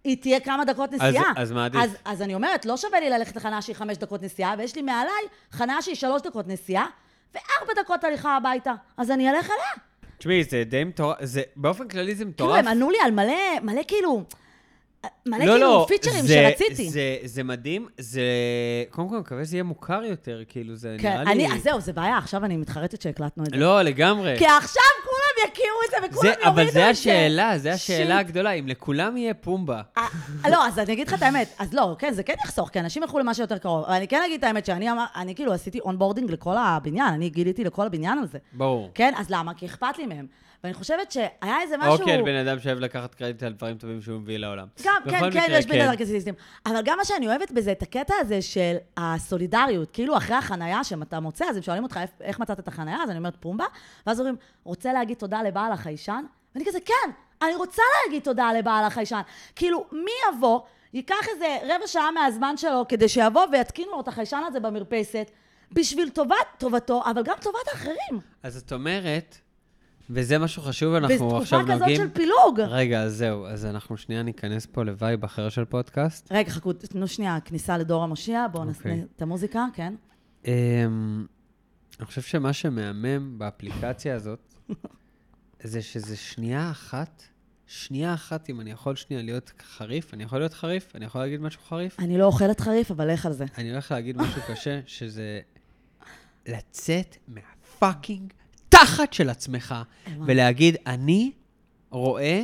Speaker 1: היא תהיה כמה דקות נסיעה.
Speaker 2: אז מה עדיף?
Speaker 1: אז, אז אני אומרת, לא שווה לי ללכת לחניה שהיא חמש דקות נסיעה, ויש לי מעליי חניה שהיא שלוש דקות נסיעה, וארבע דקות הליכה הביתה. אז אני אלך אליה.
Speaker 2: תשמעי, זה די מטורף, זה- באופן כללי זה
Speaker 1: כאילו,
Speaker 2: מטורף. לא,
Speaker 1: הם ענו לי על מלא, מלא כאילו, מלא כאילו פיצ'רים
Speaker 2: זה-
Speaker 1: שרציתי.
Speaker 2: זה- זה מדהים, זה... קודם כל, אני מקווה שזה יהיה מוכר יותר, כאילו, זה
Speaker 1: כן,
Speaker 2: נראה לי...
Speaker 1: אני, אז זהו, זה בעיה, עכשיו אני מתחרטת שהקלטנו את זה.
Speaker 2: לא, לגמרי.
Speaker 1: כי עכשיו כולם יכירו את זה וכולם
Speaker 2: זה-
Speaker 1: יורידו את זה.
Speaker 2: אבל זה השאלה, זה השאלה
Speaker 1: שיט.
Speaker 2: הגדולה, אם לכולם יהיה פומבה.
Speaker 1: אה, לא, אז אני אגיד לך את האמת. אז לא, כן, זה כן יחסוך, כי אנשים ילכו למה שיותר קרוב. אבל אני כן אגיד את האמת שאני אמר, אני כאילו עשיתי אונבורדינג לכל הבניין, אני גיליתי לכל הבניין על זה.
Speaker 2: ברור.
Speaker 1: כן, אז למה? כי אכפת לי מהם. ואני חושבת שהיה איזה משהו...
Speaker 2: או כן, בן אדם שאוהב לקחת קרדיט על דברים טובים שהוא מביא לעולם.
Speaker 1: גם,
Speaker 2: בכל
Speaker 1: כן, כן,
Speaker 2: מקרה,
Speaker 1: יש בין הנרקסיסטים. אבל גם מה שאני אוהבת בזה, את הקטע הזה של הסולידריות. כאילו, אחרי החנייה שאתה מוצא, אז הם שואלים אותך "איפ- איך מצאת את החנייה, אז אני אומרת פומבה, ואז אומרים, רוצה להגיד תודה לבעל החיישן? ואני כזה, כן, אני רוצה להגיד תודה לבעל החיישן. כאילו, מי יבוא, ייקח איזה רבע שעה מהזמן שלו, כדי שיבוא ויתקין לו את החיישן הזה במרפסת, בשביל טובת טובתו, אבל גם טובת האחרים.
Speaker 2: אז את אומרת, וזה משהו חשוב, אנחנו
Speaker 1: וזו
Speaker 2: עכשיו
Speaker 1: תקופה כזאת
Speaker 2: נוגעים...
Speaker 1: של פילוג.
Speaker 2: רגע, אז זהו, אז אנחנו שנייה ניכנס פה לווייב אחר של פודקאסט.
Speaker 1: רגע, חכו, תנו שנייה, כניסה לדור המושיע, בואו
Speaker 2: אוקיי.
Speaker 1: נעשה את המוזיקה, כן?
Speaker 2: אמ, אני חושב שמה שמהמם באפליקציה הזאת, זה שזה שנייה אחת, שנייה אחת, אם אני יכול שנייה להיות חריף, אני יכול להיות חריף, אני יכול להגיד משהו חריף,
Speaker 1: אני לא אוכלת חריף, אבל לך על זה.
Speaker 2: אני הולך להגיד משהו קשה, שזה לצאת מהפאקינג תחת של עצמך, ולהגיד, אני רואה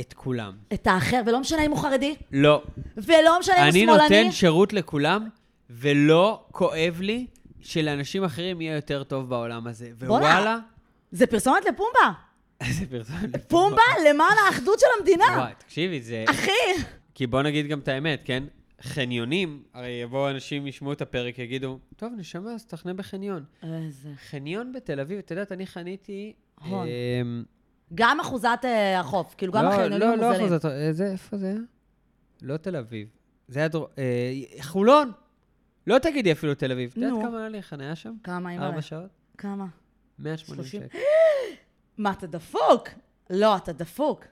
Speaker 2: את כולם.
Speaker 1: את האחר, ולא משנה אם הוא חרדי,
Speaker 2: לא,
Speaker 1: ולא משנה אם הוא
Speaker 2: אני
Speaker 1: שמאלני.
Speaker 2: נותן שירות לכולם, ולא כואב לי שלאנשים אחרים יהיה יותר טוב בעולם הזה.
Speaker 1: בואנה.
Speaker 2: ווואלה,
Speaker 1: זה פרסומת לפומבה.
Speaker 2: איזה פרסומת.
Speaker 1: פומבה למען האחדות של המדינה.
Speaker 2: וואי, תקשיבי, זה...
Speaker 1: אחי,
Speaker 2: כי בוא נגיד גם את האמת, כן? חניונים, הרי יבואו אנשים, ישמעו את הפרק, יגידו, טוב, נשמה, אז תחנה בחניון.
Speaker 1: איזה-
Speaker 2: חניון בתל אביב, את יודעת, אני חניתי...
Speaker 1: הון.
Speaker 2: אמ,
Speaker 1: גם אחוזת אה, החוף, כאילו גם
Speaker 2: לא,
Speaker 1: החניונים
Speaker 2: לא, לא
Speaker 1: המוזלים.
Speaker 2: אחוזת... אה, זה, איפה זה היה? לא תל אביב. זה היה דרום... אה, חולון! לא תגידי אפילו תל אביב. את יודעת
Speaker 1: נו.
Speaker 2: כמה עלה לי חניה שם?
Speaker 1: כמה, אימא?
Speaker 2: ארבע שעות?
Speaker 1: כמה?
Speaker 2: 180
Speaker 1: 30.
Speaker 2: שקל.
Speaker 1: מה, אתה דפוק? לא, אתה דפוק.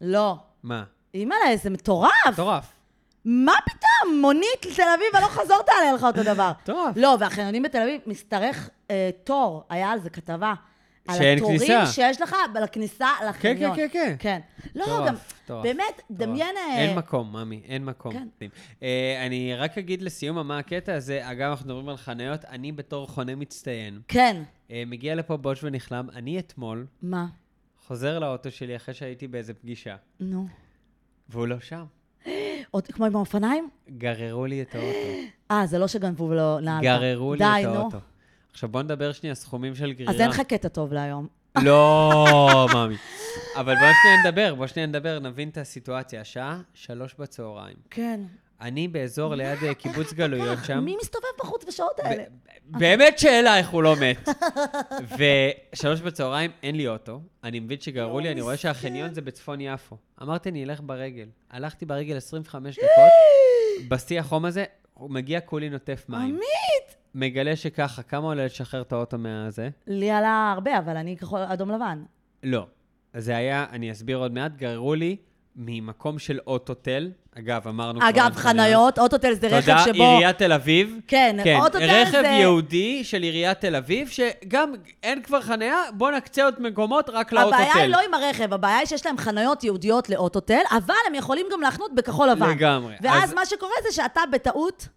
Speaker 1: לא.
Speaker 2: מה?
Speaker 1: אימא'לה, זה מטורף.
Speaker 2: מטורף.
Speaker 1: מה פתאום? מונית לתל אביב, אני לא חזור תעלה לך אותו דבר.
Speaker 2: מטורף.
Speaker 1: לא, והחניונים בתל אביב, משתרך אה, תור, היה על זה כתבה.
Speaker 2: שאין
Speaker 1: על התורים
Speaker 2: כניסה.
Speaker 1: שיש לך לכניסה
Speaker 2: כן, כן,
Speaker 1: לחניון.
Speaker 2: כן, כן.
Speaker 1: כן. לא,
Speaker 2: מטורף,
Speaker 1: גם,
Speaker 2: מטורף,
Speaker 1: באמת,
Speaker 2: מטורף.
Speaker 1: דמיין... אה,
Speaker 2: אין מקום, ממי, אין מקום.
Speaker 1: כן.
Speaker 2: אה, אני רק אגיד לסיום מה הקטע הזה, אגב, אנחנו מדברים על חניות, אני בתור חונה מצטיין,
Speaker 1: כן.
Speaker 2: אה, מגיע לפה בוש ונכלם, אני אתמול
Speaker 1: מה?
Speaker 2: חוזר לאוטו שלי אחרי שהייתי באיזה פגישה,
Speaker 1: נו.
Speaker 2: והוא לא שם.
Speaker 1: עוד כמו עם האופניים?
Speaker 2: גררו לי את האוטו.
Speaker 1: אה, זה לא שגנבו ולא נעלת.
Speaker 2: גררו לי
Speaker 1: די,
Speaker 2: את
Speaker 1: נו.
Speaker 2: האוטו. עכשיו בוא נדבר שנייה סכומים של גרירה.
Speaker 1: אז אין לך קטע טוב להיום.
Speaker 2: לא, מאמי. אבל בוא שנייה נדבר, בוא שנייה נדבר, נבין את הסיטואציה. השעה שלוש בצהריים.
Speaker 1: כן.
Speaker 2: אני באזור ליד אה, קיבוץ גלויות
Speaker 1: כך,
Speaker 2: שם.
Speaker 1: מי מסתובב בחוץ בשעות
Speaker 2: ב-
Speaker 1: האלה?
Speaker 2: באמת שאלה איך הוא לא מת. ושלוש בצהריים, אין לי אוטו. אני מבין שגררו
Speaker 1: לא
Speaker 2: לי, אני רואה שהחניון זה בצפון יפו. אמרתי, אני אלך ברגל. הלכתי ברגל 25 דקות, בשיא החום הזה, הוא מגיע כולי נוטף
Speaker 1: אה,
Speaker 2: מים.
Speaker 1: עמית!
Speaker 2: מגלה שככה, כמה עולה לשחרר את האוטו מהזה?
Speaker 1: לי עלה הרבה, אבל אני כחול אדום לבן.
Speaker 2: לא. זה היה, אני אסביר עוד מעט, גררו לי ממקום של אוטוטל. אגב, אמרנו כבר...
Speaker 1: אגב,
Speaker 2: על
Speaker 1: חניות, אוטוטל זה רכב שבו...
Speaker 2: תודה, עיריית תל אביב.
Speaker 1: כן,
Speaker 2: כן,
Speaker 1: אוטוטל
Speaker 2: רכב
Speaker 1: זה-
Speaker 2: יהודי של עיריית תל אביב, שגם אין כבר חניה, בוא נקצה עוד מקומות רק לאוטוטל.
Speaker 1: הבעיה היא לא עם הרכב, הבעיה היא שיש להם חניות ייעודיות לאוטוטל, אבל הם יכולים גם להחנות בכחול לבן.
Speaker 2: לגמרי.
Speaker 1: ואז
Speaker 2: אז-
Speaker 1: מה שקורה זה שאתה בטעות...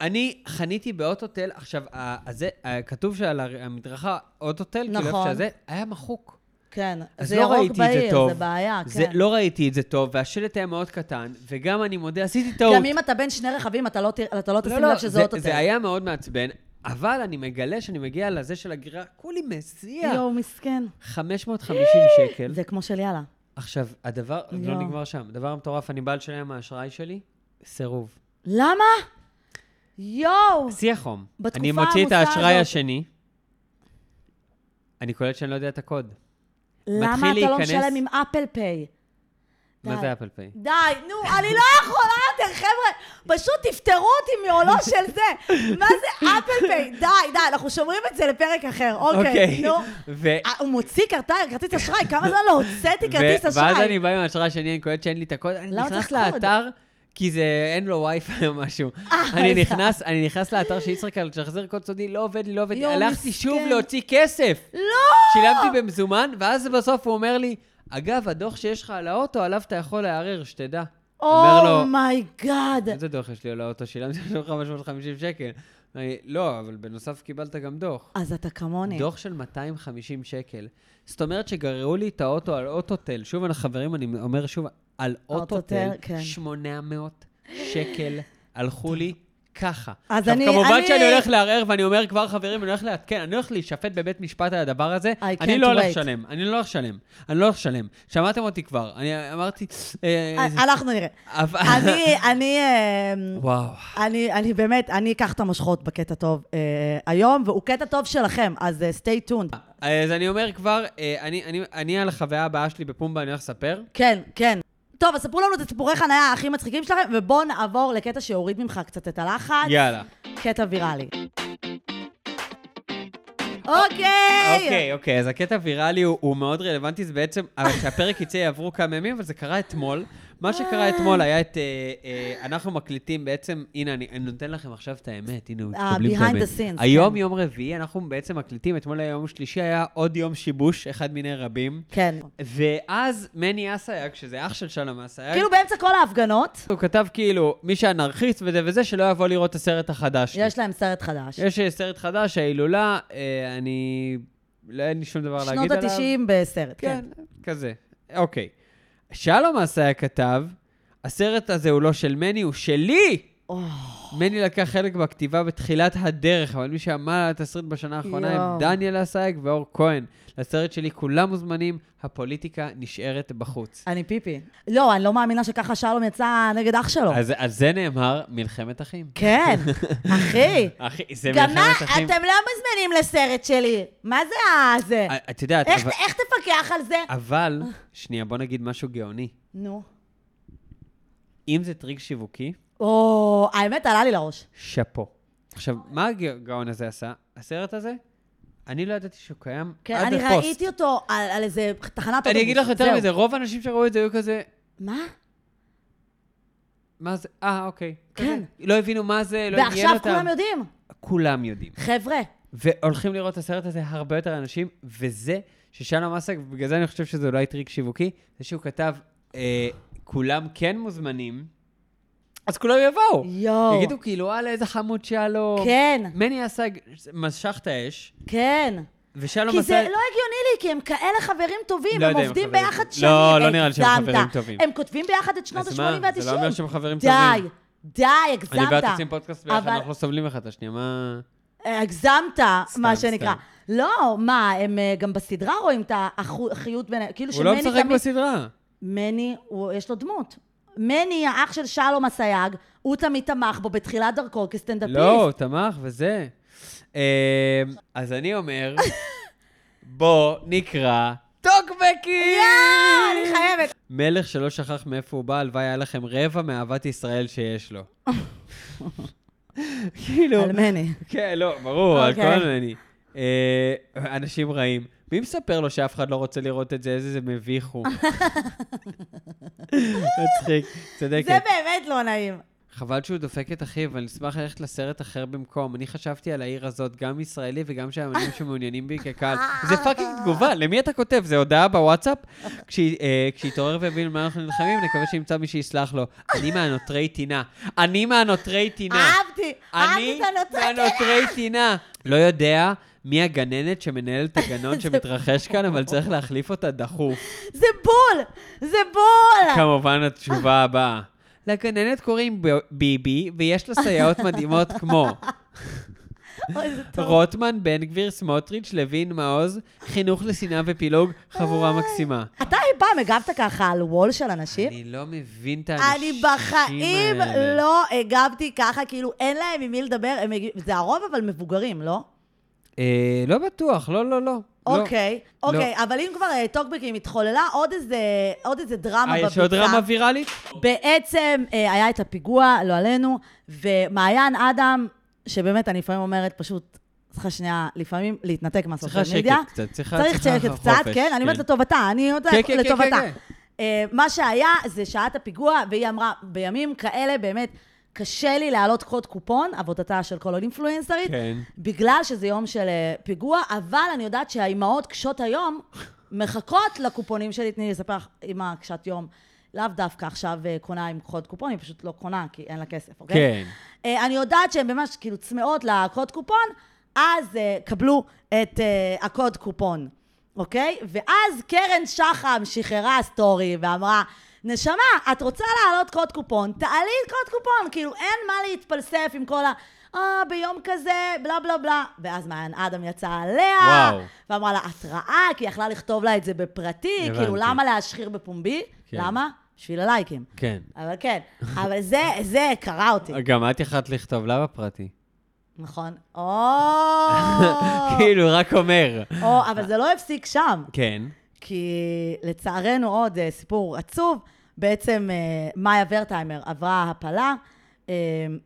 Speaker 2: אני חניתי באוטוטל, עכשיו, ה- הזה, ה- כתוב שעל הר- המדרכה אוטוטל, כאילו
Speaker 1: נכון.
Speaker 2: איפה שזה, היה מחוק.
Speaker 1: כן,
Speaker 2: אז
Speaker 1: זה
Speaker 2: לא
Speaker 1: ירוק
Speaker 2: ראיתי את זה
Speaker 1: בעיר,
Speaker 2: טוב.
Speaker 1: זה בעיה,
Speaker 2: זה,
Speaker 1: כן.
Speaker 2: לא ראיתי את זה טוב, והשלט היה מאוד קטן, וגם אני מודה, עשיתי טעות. לא,
Speaker 1: גם אם אתה בין שני רכבים, אתה לא תר- אתה לא תשים לב שזה
Speaker 2: זה,
Speaker 1: אוטוטל.
Speaker 2: זה היה מאוד מעצבן, אבל אני מגלה שאני מגיע לזה של הגרירה, כולי מזיע.
Speaker 1: יואו, מסכן.
Speaker 2: 550 שקל.
Speaker 1: זה כמו של יאללה.
Speaker 2: עכשיו, הדבר, לא
Speaker 1: יואו.
Speaker 2: נגמר שם, הדבר המטורף, אני בא לשלם מהאשראי שלי, סירוב.
Speaker 1: למה? יואו!
Speaker 2: שיא החום.
Speaker 1: בתקופה
Speaker 2: אני מוציא את
Speaker 1: העמוסה
Speaker 2: האשראי
Speaker 1: הזאת.
Speaker 2: השני, אני קולט שאני לא יודע את הקוד.
Speaker 1: למה אתה לא
Speaker 2: להיכנס-
Speaker 1: משלם עם אפל פיי?
Speaker 2: מה
Speaker 1: די.
Speaker 2: זה אפל פיי?
Speaker 1: די, נו, אני לא יכולה יותר, חבר'ה, פשוט תפטרו אותי מעולו של זה. מה זה אפל פיי? די, די, אנחנו שומרים את זה לפרק אחר. אוקיי, נו.
Speaker 2: ו-
Speaker 1: אה, הוא מוציא קרטי- כרטיס אשראי, כמה זמן לא הוצאתי כרטיס
Speaker 2: ו- ואז אני
Speaker 1: אשראי?
Speaker 2: בא עם האשראי השני, אני קולט שאין לי את הקוד, אני
Speaker 1: למה
Speaker 2: נכנס
Speaker 1: צריך קוד?
Speaker 2: לאתר, כי זה, אין לו וי-פיי או משהו. אני
Speaker 1: אה, איזה-
Speaker 2: נכנס, אני נכנס לאתר של ישראכרט, לשחזר קוד סודי, לא עובד לי, לא עובד לי.
Speaker 1: יואו,
Speaker 2: הלכתי שוב
Speaker 1: מסכן.
Speaker 2: להוציא כסף.
Speaker 1: לא!
Speaker 2: שילמתי במזומן, ואז בסוף הוא אומר לי, אגב, הדוח שיש לך על האוטו, עליו אתה יכול לערער, שתדע. אומר לו,
Speaker 1: אומייגאד.
Speaker 2: איזה דוח יש לי על האוטו? שילמתי עכשיו 550 שקל. אומר לי, לא, אבל בנוסף קיבלת גם דוח.
Speaker 1: אז אתה כמוני.
Speaker 2: דוח של 250 שקל. זאת אומרת שגררו לי את האוטו על אוטוטל. שוב, אני- חברים, אני אומר שוב, על
Speaker 1: אוטוטל,
Speaker 2: אוטוטל,
Speaker 1: כן.
Speaker 2: 800 שקל הלכו לי ככה.
Speaker 1: אז
Speaker 2: עכשיו,
Speaker 1: אני-
Speaker 2: כמובן
Speaker 1: אני-
Speaker 2: שאני הולך לערער, ואני אומר כבר, חברים, אני הולך לעדכן, אני הולך להישפט בבית משפט על הדבר הזה.
Speaker 1: I can't
Speaker 2: אני לא הולך
Speaker 1: wait.
Speaker 2: לשלם, אני לא הולך לשלם, אני לא הולך לשלם. שמעתם אותי כבר, אני אמרתי... אה,
Speaker 1: אה,
Speaker 2: זה-
Speaker 1: אנחנו נראה.
Speaker 2: אבל-
Speaker 1: אני, אני, אה,
Speaker 2: וואו.
Speaker 1: אני, אני באמת, אני אקח את המושכות בקטע טוב אה, היום, והוא קטע טוב שלכם, אז אה, stay tuned.
Speaker 2: אז אני אומר כבר, אה, אני- אני- אני על החוויה הבאה שלי בפומבה, אני הולך לספר.
Speaker 1: כן, כן. טוב, אז ספרו לנו את הסיפורי חניה הכי מצחיקים שלכם, ובואו נעבור לקטע שיוריד ממך קצת את הלחץ.
Speaker 2: יאללה.
Speaker 1: קטע ויראלי. אוקיי!
Speaker 2: אוקיי, אוקיי, אז הקטע הוויראלי הוא, הוא מאוד רלוונטי, זה בעצם, אבל כשהפרק יצא יעברו כמה ימים, אבל זה קרה אתמול. מה שקרה אתמול היה את, אה, אה, אנחנו מקליטים בעצם, הנה, אני, אני נותן לכם עכשיו את האמת, הנה,
Speaker 1: אה,
Speaker 2: מקבלים את
Speaker 1: behind
Speaker 2: האמת.
Speaker 1: the scenes,
Speaker 2: היום
Speaker 1: כן.
Speaker 2: יום רביעי, אנחנו בעצם מקליטים, אתמול היה יום שלישי, היה עוד יום שיבוש, אחד מיני רבים.
Speaker 1: כן.
Speaker 2: ואז מני אסייג, שזה אח של שלום אסייג,
Speaker 1: כאילו באמצע כל ההפגנות,
Speaker 2: הוא כתב כאילו, מי שאנרכיסט וזה וזה, שלא יבוא לראות את הסרט החדש. שלי."
Speaker 1: יש להם סרט חדש.
Speaker 2: יש אה, סרט חדש, ההילולה, אה, אני... לא אין לי שום דבר
Speaker 1: שנות
Speaker 2: להגיד עליו.
Speaker 1: ה-90 בסרט,
Speaker 2: כן,
Speaker 1: כן.
Speaker 2: כזה. אוקיי. שלום אסיה כתב, הסרט הזה הוא לא של מני, הוא שלי!
Speaker 1: אוח,
Speaker 2: מני לקח חלק בכתיבה בתחילת הדרך, אבל מי שעמל על התסריט בשנה האחרונה
Speaker 1: יואו.
Speaker 2: הם דניאל אסייג ואור כהן. לסרט שלי כולם מוזמנים, הפוליטיקה נשארת בחוץ.
Speaker 1: אני פיפי. לא, אני לא מאמינה שככה שלום יצא נגד אח שלו.
Speaker 2: אז על זה נאמר מלחמת אחים.
Speaker 1: כן, אחי.
Speaker 2: אחי, זה
Speaker 1: גם מה,
Speaker 2: מלחמת אחים.
Speaker 1: אתם לא מוזמנים לסרט שלי. מה זה ה- זה?
Speaker 2: את- את יודעת,
Speaker 1: איך-
Speaker 2: אה, אבל- אה-
Speaker 1: איך תפקח על זה?
Speaker 2: אבל, שנייה, בוא נגיד משהו גאוני.
Speaker 1: נו.
Speaker 2: אם זה טריק שיווקי,
Speaker 1: או, האמת, עלה לי לראש.
Speaker 2: שאפו. עכשיו, מה הגאון הזה עשה? הסרט הזה? אני לא ידעתי שהוא קיים
Speaker 1: כן,
Speaker 2: עד
Speaker 1: אני
Speaker 2: הפוסט.
Speaker 1: ראיתי אותו על על איזה תחנת אוטובוס.
Speaker 2: אני אגיד לך יותר
Speaker 1: זהו.
Speaker 2: מזה, רוב האנשים שראו את זה היו כזה,
Speaker 1: מה?
Speaker 2: מה זה, אה, אוקיי.
Speaker 1: כן.
Speaker 2: כזה. לא הבינו מה זה, לא עניין
Speaker 1: ועכשיו
Speaker 2: אותם.
Speaker 1: כולם יודעים.
Speaker 2: כולם יודעים.
Speaker 1: חבר'ה,
Speaker 2: והולכים לראות את הסרט הזה הרבה יותר אנשים, וזה ששלום אסק, ובגלל זה אני חושב שזה אולי טריק שיווקי, זה שהוא כתב, אה, כולם כן מוזמנים, אז כולם יבואו.
Speaker 1: יואו.
Speaker 2: יגידו כאילו, וואלה, איזה חמוד שלום.
Speaker 1: כן,
Speaker 2: מני אסג משך את האש,
Speaker 1: כן.
Speaker 2: ושלום
Speaker 1: כי
Speaker 2: אסג...
Speaker 1: זה לא הגיוני לי, כי הם כאלה חברים טובים,
Speaker 2: לא
Speaker 1: הם
Speaker 2: יודע אם
Speaker 1: עובדים
Speaker 2: חברים.
Speaker 1: ביחד
Speaker 2: לא,
Speaker 1: שנים.
Speaker 2: לא נראה לי שהם
Speaker 1: הגזמת.
Speaker 2: חברים טובים.
Speaker 1: הם כותבים ביחד את שנות
Speaker 2: אז מה?
Speaker 1: ה-80 וה-90.
Speaker 2: זה לא אומר שהם חברים
Speaker 1: די,
Speaker 2: טובים.
Speaker 1: די, הגזמת.
Speaker 2: אני ואת עושים פודקאסט ביחד,
Speaker 1: אבל-
Speaker 2: אנחנו לא סובלים אחד את השנייה, מה...
Speaker 1: הגזמת,
Speaker 2: סתם,
Speaker 1: מה שנקרא.
Speaker 2: סתם.
Speaker 1: לא, מה, הם אה, גם בסדרה רואים את האחריות ביניהם. כאילו
Speaker 2: הוא לא
Speaker 1: שמני
Speaker 2: משחק
Speaker 1: תמיד...
Speaker 2: בסדרה.
Speaker 1: מני, הוא- יש לו דמות. מני, האח של שלום אסייג, הוא תמיד תמך בו בתחילת דרכו כסטנדאפיסט.
Speaker 2: לא, הוא תמך וזה. אמ, אז אני אומר, בוא נקרא טוקבקים!
Speaker 1: יואו, אני חייבת.
Speaker 2: מלך שלא שכח מאיפה הוא בא, הלוואי היה לכם רבע מאהבת ישראל שיש לו. כאילו...
Speaker 1: על מני.
Speaker 2: כן, לא, ברור, על
Speaker 1: אוקיי.
Speaker 2: כל מני. אה, אנשים רעים. מי מספר לו שאף אחד לא רוצה לראות את זה? איזה זה מביך הוא.
Speaker 1: זה
Speaker 2: מצחיק, צודקת.
Speaker 1: באמת לא נעים.
Speaker 2: חבל שהוא דופק את אחיו, ואני אשמח ללכת לסרט אחר במקום. אני חשבתי על העיר הזאת, גם ישראלי וגם שהאמנים שמעוניינים בי כקהל. זה פאקינג תגובה, למי אתה כותב? זה הודעה בוואטסאפ? כשהיא, אה, כשהתעורר והבין מה אנחנו נלחמים, נקווה שימצא מי שיסלח לו. אני מהנותרי טינה. אני מהנותרי טינה.
Speaker 1: אהבתי,
Speaker 2: אני לא
Speaker 1: אהבתי את הנוצרת.
Speaker 2: מהנותרי טינה. לא יודע מי הגננת שמנהלת את הגנון שמתרחש כאן, אבל צריך להחליף אותה דחוף.
Speaker 1: זה בול! זה בול!
Speaker 2: כמובן, התשובה הבאה. לגננת קוראים ב- ביבי, ויש לה סייעות מדהימות כמו
Speaker 1: אוי, זה טוב.
Speaker 2: רוטמן, בן גביר, סמוטריץ', לוין, מעוז, חינוך לשנאה ופילוג, חבורה מקסימה.
Speaker 1: אתה אי פעם הגבת ככה על וול של אנשים?
Speaker 2: אני לא מבין את האנשים
Speaker 1: אני בחיים
Speaker 2: האלה.
Speaker 1: לא הגבתי ככה, כאילו אין להם עם מי לדבר, הם הגיב- זה הרוב אבל מבוגרים, לא?
Speaker 2: אה, לא בטוח, לא, לא, לא. לא.
Speaker 1: אוקיי, אוקיי, אבל אם כבר אה, טוקבקים התחוללה, עוד איזה, עוד איזה דרמה
Speaker 2: אה,
Speaker 1: בביצה.
Speaker 2: יש עוד דרמה ויראלית?
Speaker 1: בעצם אה, היה את הפיגוע, לא עלינו, ומעיין אדם, שבאמת אני לפעמים אומרת, פשוט צריכה שנייה, לפעמים להתנתק
Speaker 2: צריכה
Speaker 1: מהסושיאל
Speaker 2: שקט
Speaker 1: מדיה.
Speaker 2: קצת, צריכה
Speaker 1: צריך
Speaker 2: צריכה
Speaker 1: שקט קצת,
Speaker 2: חופש,
Speaker 1: כן? אני אומרת לטובתה, אני יודעת
Speaker 2: כן, כן, כן,
Speaker 1: לטובתה.
Speaker 2: כן,
Speaker 1: אה, מה שהיה זה שעת הפיגוע, והיא אמרה, בימים כאלה באמת קשה לי להעלות קוד קופון, עבודתה של כל עוד אינפלואנסרית,
Speaker 2: כן.
Speaker 1: בגלל שזה יום של אה, פיגוע, אבל אני יודעת שהאימהות קשות היום מחכות לקופונים שלי. תני לי לספר לך, אימא קשת יום. לאו דווקא עכשיו אה, קונה עם קוד קופון, היא פשוט לא קונה, כי אין לה כסף, אוקיי?
Speaker 2: כן.
Speaker 1: אה, אני יודעת שהן ממש כאילו צמאות לקוד קופון, אז אה, קבלו את אה, הקוד קופון, אוקיי? ואז קרן שחם שחררה סטורי ואמרה, נשמה, את רוצה להעלות קוד קופון, תעלי קוד קופון, כאילו אין מה להתפלסף עם כל ה... אה, ביום כזה, בלה בלה בלה. ואז מעיין אדם יצא עליה,
Speaker 2: וואו.
Speaker 1: ואמרה לה, את רעה, כי היא יכלה לכתוב לה את זה בפרטי,
Speaker 2: הבנתי.
Speaker 1: כאילו, למה להשחיר בפומבי?
Speaker 2: כן.
Speaker 1: למה? בשביל הלייקים.
Speaker 2: כן.
Speaker 1: אבל כן, אבל זה, זה קרע אותי.
Speaker 2: גם את יכלת לכתוב לה בפרטי.
Speaker 1: נכון. או!
Speaker 2: כאילו, רק אומר.
Speaker 1: או, אבל זה לא הפסיק שם,
Speaker 2: כן.
Speaker 1: כי לצערנו עוד אה, סיפור עצוב, בעצם אה, מאיה ורטהיימר עברה הפלה, אה,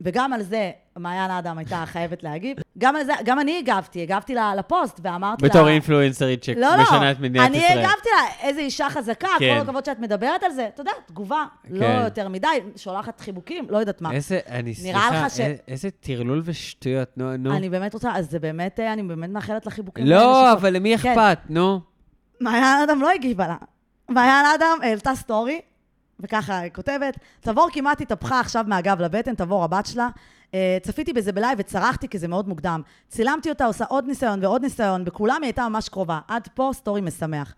Speaker 1: וגם על זה מעיין אדם הייתה חייבת להגיב. גם על זה, גם אני הגבתי, הגבתי לה לפוסט ואמרתי לה...
Speaker 2: בתור אינפלואנסרית
Speaker 1: לא, לא.
Speaker 2: שמשנה את מדינת ישראל.
Speaker 1: אני הגבתי לה, איזה אישה חזקה,
Speaker 2: כן.
Speaker 1: כל הכבוד שאת מדברת על זה. אתה יודע, תגובה, לא
Speaker 2: כן.
Speaker 1: יותר מדי, שולחת חיבוקים, לא יודעת מה.
Speaker 2: איזה, אני
Speaker 1: נראה
Speaker 2: סליחה,
Speaker 1: לך ש-
Speaker 2: א- איזה טרלול ושטויות, נו, לא, נו.
Speaker 1: אני באמת רוצה, אז זה באמת, אה, אני באמת מאחלת לה חיבוקים.
Speaker 2: לא,
Speaker 1: לאנשים
Speaker 2: אבל למי
Speaker 1: כן.
Speaker 2: אכפת, נו?
Speaker 1: מעיין אדם לא הגיבה לה. מעיין אדם העלתה סטורי, וככה היא כותבת, תבור כמעט התהפכה עכשיו מהגב לבטן, תבור הבת שלה. אה, צפיתי בזה בלייב וצרחתי כי זה מאוד מוקדם. צילמתי אותה, עושה עוד ניסיון ועוד ניסיון, בכולם היא הייתה ממש קרובה. עד פה סטורי משמח.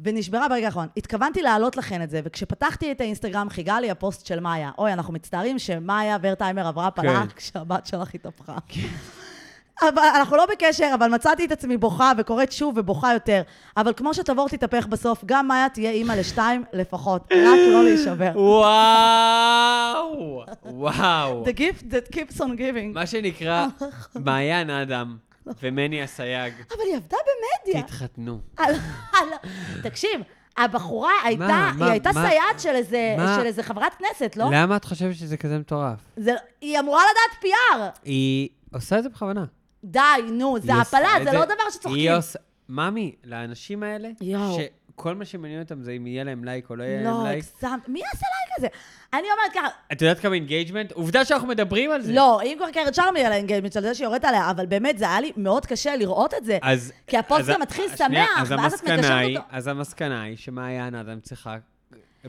Speaker 1: ונשברה ברגע האחרון. התכוונתי להעלות לכן את זה, וכשפתחתי את האינסטגרם חיגה לי הפוסט של מאיה. אוי, אנחנו מצטערים שמאיה ורטהיימר עברה פלה
Speaker 2: כן.
Speaker 1: כשהבת שלך התהפכה. אבל אנחנו לא בקשר, אבל מצאתי את עצמי בוכה וקוראת שוב ובוכה יותר. אבל כמו שתבור תתהפך בסוף, גם מאיה תהיה אימא לשתיים לפחות. רק לא להישבר.
Speaker 2: וואו! וואו.
Speaker 1: The gift that keeps on giving.
Speaker 2: מה שנקרא, מעיין אדם ומני אסייג,
Speaker 1: אבל היא עבדה במדיה.
Speaker 2: תתחתנו.
Speaker 1: אה, לא, אה, לא. תקשיב, הבחורה הייתה,
Speaker 2: מה,
Speaker 1: היא הייתה
Speaker 2: מה?
Speaker 1: סייעת של איזה-
Speaker 2: מה?
Speaker 1: של איזה חברת כנסת, לא?
Speaker 2: למה את חושבת שזה כזה מטורף?
Speaker 1: זה- היא אמורה לדעת PR.
Speaker 2: היא עושה את זה בכוונה.
Speaker 1: די, נו, זה
Speaker 2: היא עושה
Speaker 1: הפלה,
Speaker 2: את
Speaker 1: זה לא דבר שצוחקים.
Speaker 2: היא עושה... ממי, לאנשים האלה,
Speaker 1: יואו.
Speaker 2: כל מה שמעניין אותם זה אם יהיה להם לייק או לא יהיה להם
Speaker 1: לא,
Speaker 2: לייק.
Speaker 1: הגזמת. מי יעשה לייק לזה? אני אומרת ככה,
Speaker 2: את יודעת כמה אינגייג'מנט? עובדה שאנחנו מדברים על זה.
Speaker 1: לא, אם כבר קרן שרמי על האנגיימנט של זה שיורדת עליה, אבל באמת, זה היה לי מאוד קשה לראות את זה.
Speaker 2: אז...
Speaker 1: כי הפוסט
Speaker 2: אז
Speaker 1: גם
Speaker 2: ה-
Speaker 1: מתחיל
Speaker 2: שנייה,
Speaker 1: שמח,
Speaker 2: אז
Speaker 1: ואז את
Speaker 2: המסקנה
Speaker 1: מקשרת
Speaker 2: היא-
Speaker 1: אותו.
Speaker 2: אז המסקנה היא שמעיין אדם צריכה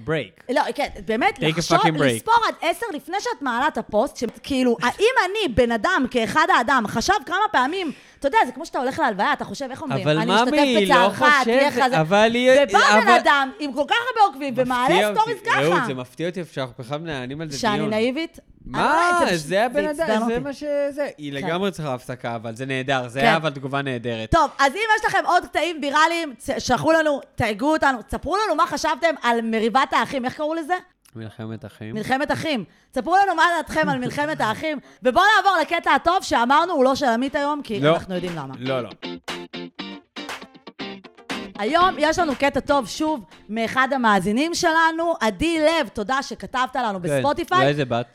Speaker 2: ברייק.
Speaker 1: לא, כן, באמת,
Speaker 2: Take a
Speaker 1: לחשוב,
Speaker 2: fucking break.
Speaker 1: לספור עד עשר לפני שאת מעלה את הפוסט, שכאילו, האם אני, בן אדם, כאחד האדם, חשב כמה פעמים, אתה יודע, זה כמו שאתה הולך להלוויה, אתה חושב, איך אומרים,
Speaker 2: אבל
Speaker 1: אני
Speaker 2: ממי,
Speaker 1: אשתתף
Speaker 2: לא
Speaker 1: בצערך, תהיה
Speaker 2: חושבת,
Speaker 1: חזק.
Speaker 2: אבל היא...
Speaker 1: ובא בן
Speaker 2: אבל-
Speaker 1: אדם עם כל כך הרבה עוקבים, ומעלה
Speaker 2: מפתיע
Speaker 1: סטוריז
Speaker 2: אותי. אהוד,
Speaker 1: ככה.
Speaker 2: זה מפתיע אותי שאנחנו בכלל מנהלים על זה דיון.
Speaker 1: שאני נאיבית?
Speaker 2: מה?
Speaker 1: אני-
Speaker 2: זה הבן
Speaker 1: עצבן
Speaker 2: אדם,
Speaker 1: אותי.
Speaker 2: זה מה שזה. היא
Speaker 1: כן.
Speaker 2: לגמרי צריכה הפסקה, אבל זה נהדר. זה
Speaker 1: כן.
Speaker 2: היה אבל תגובה נהדרת.
Speaker 1: טוב, אז אם יש לכם עוד קטעים ויראליים, צ- שלחו לנו, תייגו אותנו, תספרו לנו מה חשבתם על מריבת האחים, איך קראו לזה?
Speaker 2: מלחמת אחים.
Speaker 1: מלחמת אחים. תספרו לנו מה דעתכם על מלחמת האחים, ובואו נעבור לקטע הטוב שאמרנו הוא לא של עמית היום, כי
Speaker 2: לא.
Speaker 1: אנחנו יודעים למה.
Speaker 2: לא, לא.
Speaker 1: היום יש לנו קטע טוב, שוב, מאחד המאזינים שלנו, עדי לב, תודה שכתבת לנו
Speaker 2: כן.
Speaker 1: בספוטיפיי.
Speaker 2: לאיזה בת?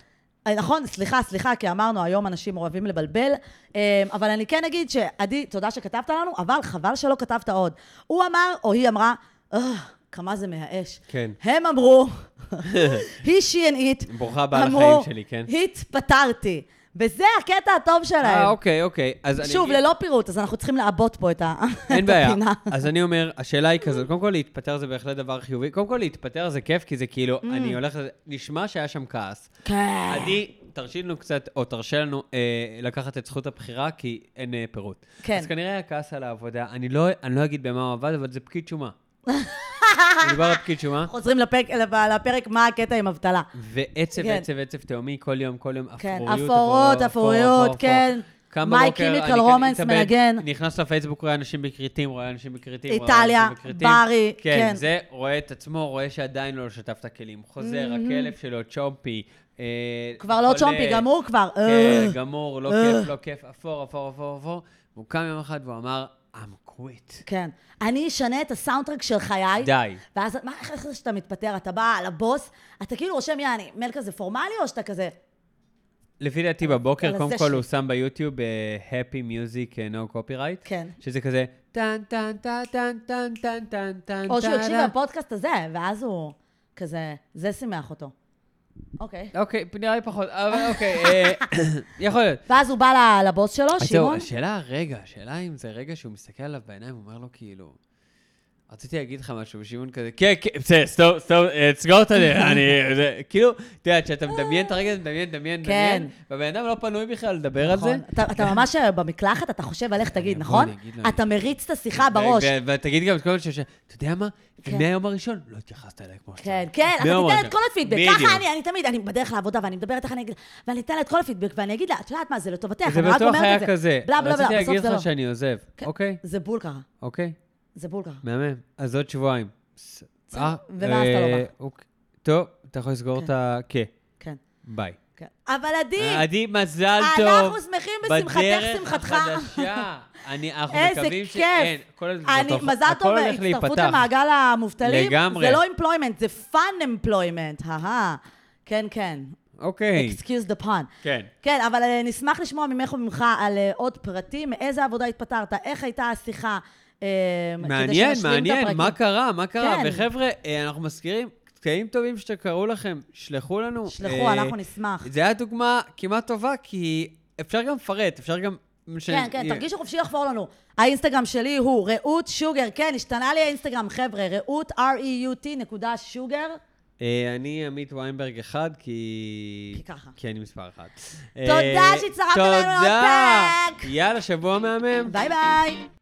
Speaker 1: אה, נכון, סליחה, סליחה, כי אמרנו, היום אנשים אוהבים לבלבל, אה, אבל אני כן אגיד שעדי, תודה שכתבת לנו, אבל חבל שלא כתבת עוד. הוא אמר, או היא אמרה, "אה, כמה זה מייאש.
Speaker 2: כן.
Speaker 1: הם אמרו, היא, she and it,
Speaker 2: ברוכה הבאה לחיים
Speaker 1: אמרו,
Speaker 2: שלי, כן?
Speaker 1: התפטרתי. וזה הקטע הטוב
Speaker 2: אה,
Speaker 1: שלהם.
Speaker 2: אוקיי, אוקיי. אז אני
Speaker 1: שוב,
Speaker 2: אגיד-
Speaker 1: ללא פירוט, אז אנחנו צריכים לעבות פה את ה-
Speaker 2: אין
Speaker 1: את
Speaker 2: בעיה.
Speaker 1: הפינה.
Speaker 2: אז אני אומר, השאלה היא כזאת, קודם כל להתפטר זה בהחלט דבר חיובי. קודם כל להתפטר זה כיף, כי זה כאילו,
Speaker 1: Mm.
Speaker 2: אני הולך, לזה- נשמע שהיה שם כעס.
Speaker 1: כן.
Speaker 2: עדי, תרשי לנו קצת, או תרשה לנו אה, לקחת את זכות הבחירה, כי אין אה, פירוט.
Speaker 1: כן.
Speaker 2: אז כנראה היה כעס על העבודה. אני לא, אני לא אגיד במה הוא עבד, אבל זה פקיד שומה. מדובר על פקיד שומה.
Speaker 1: חוזרים לפרק- לפרק מה הקטע עם אבטלה.
Speaker 2: ועצב,
Speaker 1: כן.
Speaker 2: עצב, עצב תהומי, כל יום, כל יום,
Speaker 1: כן,
Speaker 2: אפרוריות,
Speaker 1: אפורות, אפרוריות, כן. My Chemical Romance מנגן.
Speaker 2: כן נכנס לפייסבוק, רואה אנשים בכרתים, רואה אנשים בכרתים, רואה
Speaker 1: איטליה,
Speaker 2: אנשים בכרתים.
Speaker 1: ברי, כן.
Speaker 2: כן, זה רואה את עצמו, רואה שעדיין לא שטף את הכלים. חוזר, הכלב שלו, צ'ומפי. אה,
Speaker 1: כבר לא
Speaker 2: חולה.
Speaker 1: צ'ומפי, גם הוא כבר.
Speaker 2: אה, כן,
Speaker 1: אה.
Speaker 2: גמור, לא
Speaker 1: אה.
Speaker 2: כיף, לא כיף, אפור, אפור, אפור, אפור. והוא קם יום אחד והוא אמר, I'm quit.
Speaker 1: כן. אני אשנה את הסאונדטרק של חיי.
Speaker 2: די.
Speaker 1: ואז מה, איך איך שאתה מתפטר? אתה בא לבוס, אתה כאילו רושם, יעני, מייל כזה פורמלי, או שאתה כזה...
Speaker 2: לפי דעתי
Speaker 1: יאללה,
Speaker 2: בבוקר,
Speaker 1: זה
Speaker 2: קודם כל
Speaker 1: שלי.
Speaker 2: הוא שם ביוטיוב אה, Happy Music אה, No Copyright.
Speaker 1: כן.
Speaker 2: שזה כזה טן טן טן טן טן טן טן טן
Speaker 1: או שהוא
Speaker 2: טן,
Speaker 1: יקשיב
Speaker 2: טן.
Speaker 1: לפודקאסט הזה, ואז הוא כזה... זה שימח אותו. אוקיי.
Speaker 2: אוקיי, נראה לי פחות, אבל אוקיי, אה, יכול להיות.
Speaker 1: ואז הוא בא ל- לבוס שלו,
Speaker 2: אז זהו,
Speaker 1: שמעון.
Speaker 2: השאלה הרגע, השאלה אם זה רגע שהוא מסתכל עליו בעיניים, הוא אומר לו כאילו... רציתי להגיד לך משהו, ושמעון כזה, כן, כן, בסדר, סתום, סתום, אה, תסגור את זה, אני... זה- כאילו, אתה יודע, כשאתה מדמיין את הרגע הזה, מדמיין, מדמיין,
Speaker 1: כן.
Speaker 2: מדמיין, והבן אדם לא פנוי בכלל לדבר על זה.
Speaker 1: נכון. אתה- אתה ממש במקלחת, אתה חושב על איך תגיד,
Speaker 2: בוא,
Speaker 1: נכון?
Speaker 2: אני אגיד לו,
Speaker 1: אתה מריץ את השיחה אה, בראש.
Speaker 2: ו- ו- ותגיד גם את כל מה שיש, אתה יודע מה?
Speaker 1: כן.
Speaker 2: מהיום הראשון לא התייחסת אליי כמו שצריך.
Speaker 1: כן, כן, אתה
Speaker 2: מהיום
Speaker 1: תיתן
Speaker 2: הראשון.
Speaker 1: את כל הפידבק.
Speaker 2: בדיוק.
Speaker 1: ככה אני, אני תמיד, אני בדרך לעבודה ואני מדברת איך אני אגיד, ואני אתן לה את כל הפידבק ואני אגיד לה, את יודעת מה, זה לטובתך,
Speaker 2: זה
Speaker 1: אני כן, רק
Speaker 2: בטוח
Speaker 1: אומרת את
Speaker 2: היה
Speaker 1: זה.
Speaker 2: כזה.
Speaker 1: בלה בלה
Speaker 2: רציתי
Speaker 1: בלה,
Speaker 2: להגיד
Speaker 1: בסוף זה
Speaker 2: לך
Speaker 1: לא.
Speaker 2: שאני עוזב,
Speaker 1: כן.
Speaker 2: אוקיי?
Speaker 1: זה בול ככה,
Speaker 2: אוקיי,
Speaker 1: זה בול ככה.
Speaker 2: מהמם. אז עוד שבועיים. ס-
Speaker 1: בסדר,
Speaker 2: אה,
Speaker 1: ומה אז אתה לא
Speaker 2: אה,
Speaker 1: בא?
Speaker 2: אוקיי. טוב, אתה יכול לסגור
Speaker 1: כן.
Speaker 2: את ה... כן,
Speaker 1: כן,
Speaker 2: ביי.
Speaker 1: כן. אבל עדי,
Speaker 2: עדי, מזל אה, טוב.
Speaker 1: אנחנו שמחים בשמחתך, שמחתך.
Speaker 2: בדרך החדשה. אני, אנחנו
Speaker 1: איזה
Speaker 2: מקווים
Speaker 1: כיף.
Speaker 2: שאין. כל הזמן,
Speaker 1: אני,
Speaker 2: הכל-
Speaker 1: מזל
Speaker 2: הכל
Speaker 1: טוב,
Speaker 2: הולך
Speaker 1: הצטרפות
Speaker 2: להיפתח.
Speaker 1: למעגל המובטלים.
Speaker 2: לגמרי.
Speaker 1: זה לא employment, זה fun employment, אהה. כן, כן.
Speaker 2: אוקיי.
Speaker 1: excuse the pun.
Speaker 2: כן.
Speaker 1: כן, אבל אה, נשמח לשמוע ממך וממך על אה, עוד פרטים, מאיזה עבודה התפטרת, איך הייתה השיחה. אה, כדי
Speaker 2: מעניין,
Speaker 1: שנשלים את
Speaker 2: מעניין,
Speaker 1: הפרקים.
Speaker 2: מה קרה, מה קרה.
Speaker 1: כן.
Speaker 2: וחבר'ה, אה, אנחנו מזכירים, קטעים טובים שקראו לכם, שלחו לנו.
Speaker 1: שלחו,
Speaker 2: אה,
Speaker 1: אנחנו נשמח.
Speaker 2: זה היה דוגמה כמעט טובה, כי אפשר גם לפרט, אפשר גם... ש- אה.
Speaker 1: כן, כן, תרגישו חופשי לחפור לנו. האינסטגרם שלי הוא רעות שוגר, כן, השתנה לי האינסטגרם, חבר'ה, רעות, r-e-u-t נקודה שוגר.
Speaker 2: אה, אני עמית ויינברג אחד, כי...
Speaker 1: כי ככה.
Speaker 2: כי אני מספר אחת. אה,
Speaker 1: תודה שהצטרפת אלינו
Speaker 2: תודה.
Speaker 1: לפרק.
Speaker 2: יאללה, שבוע מהמם.
Speaker 1: ביי ביי.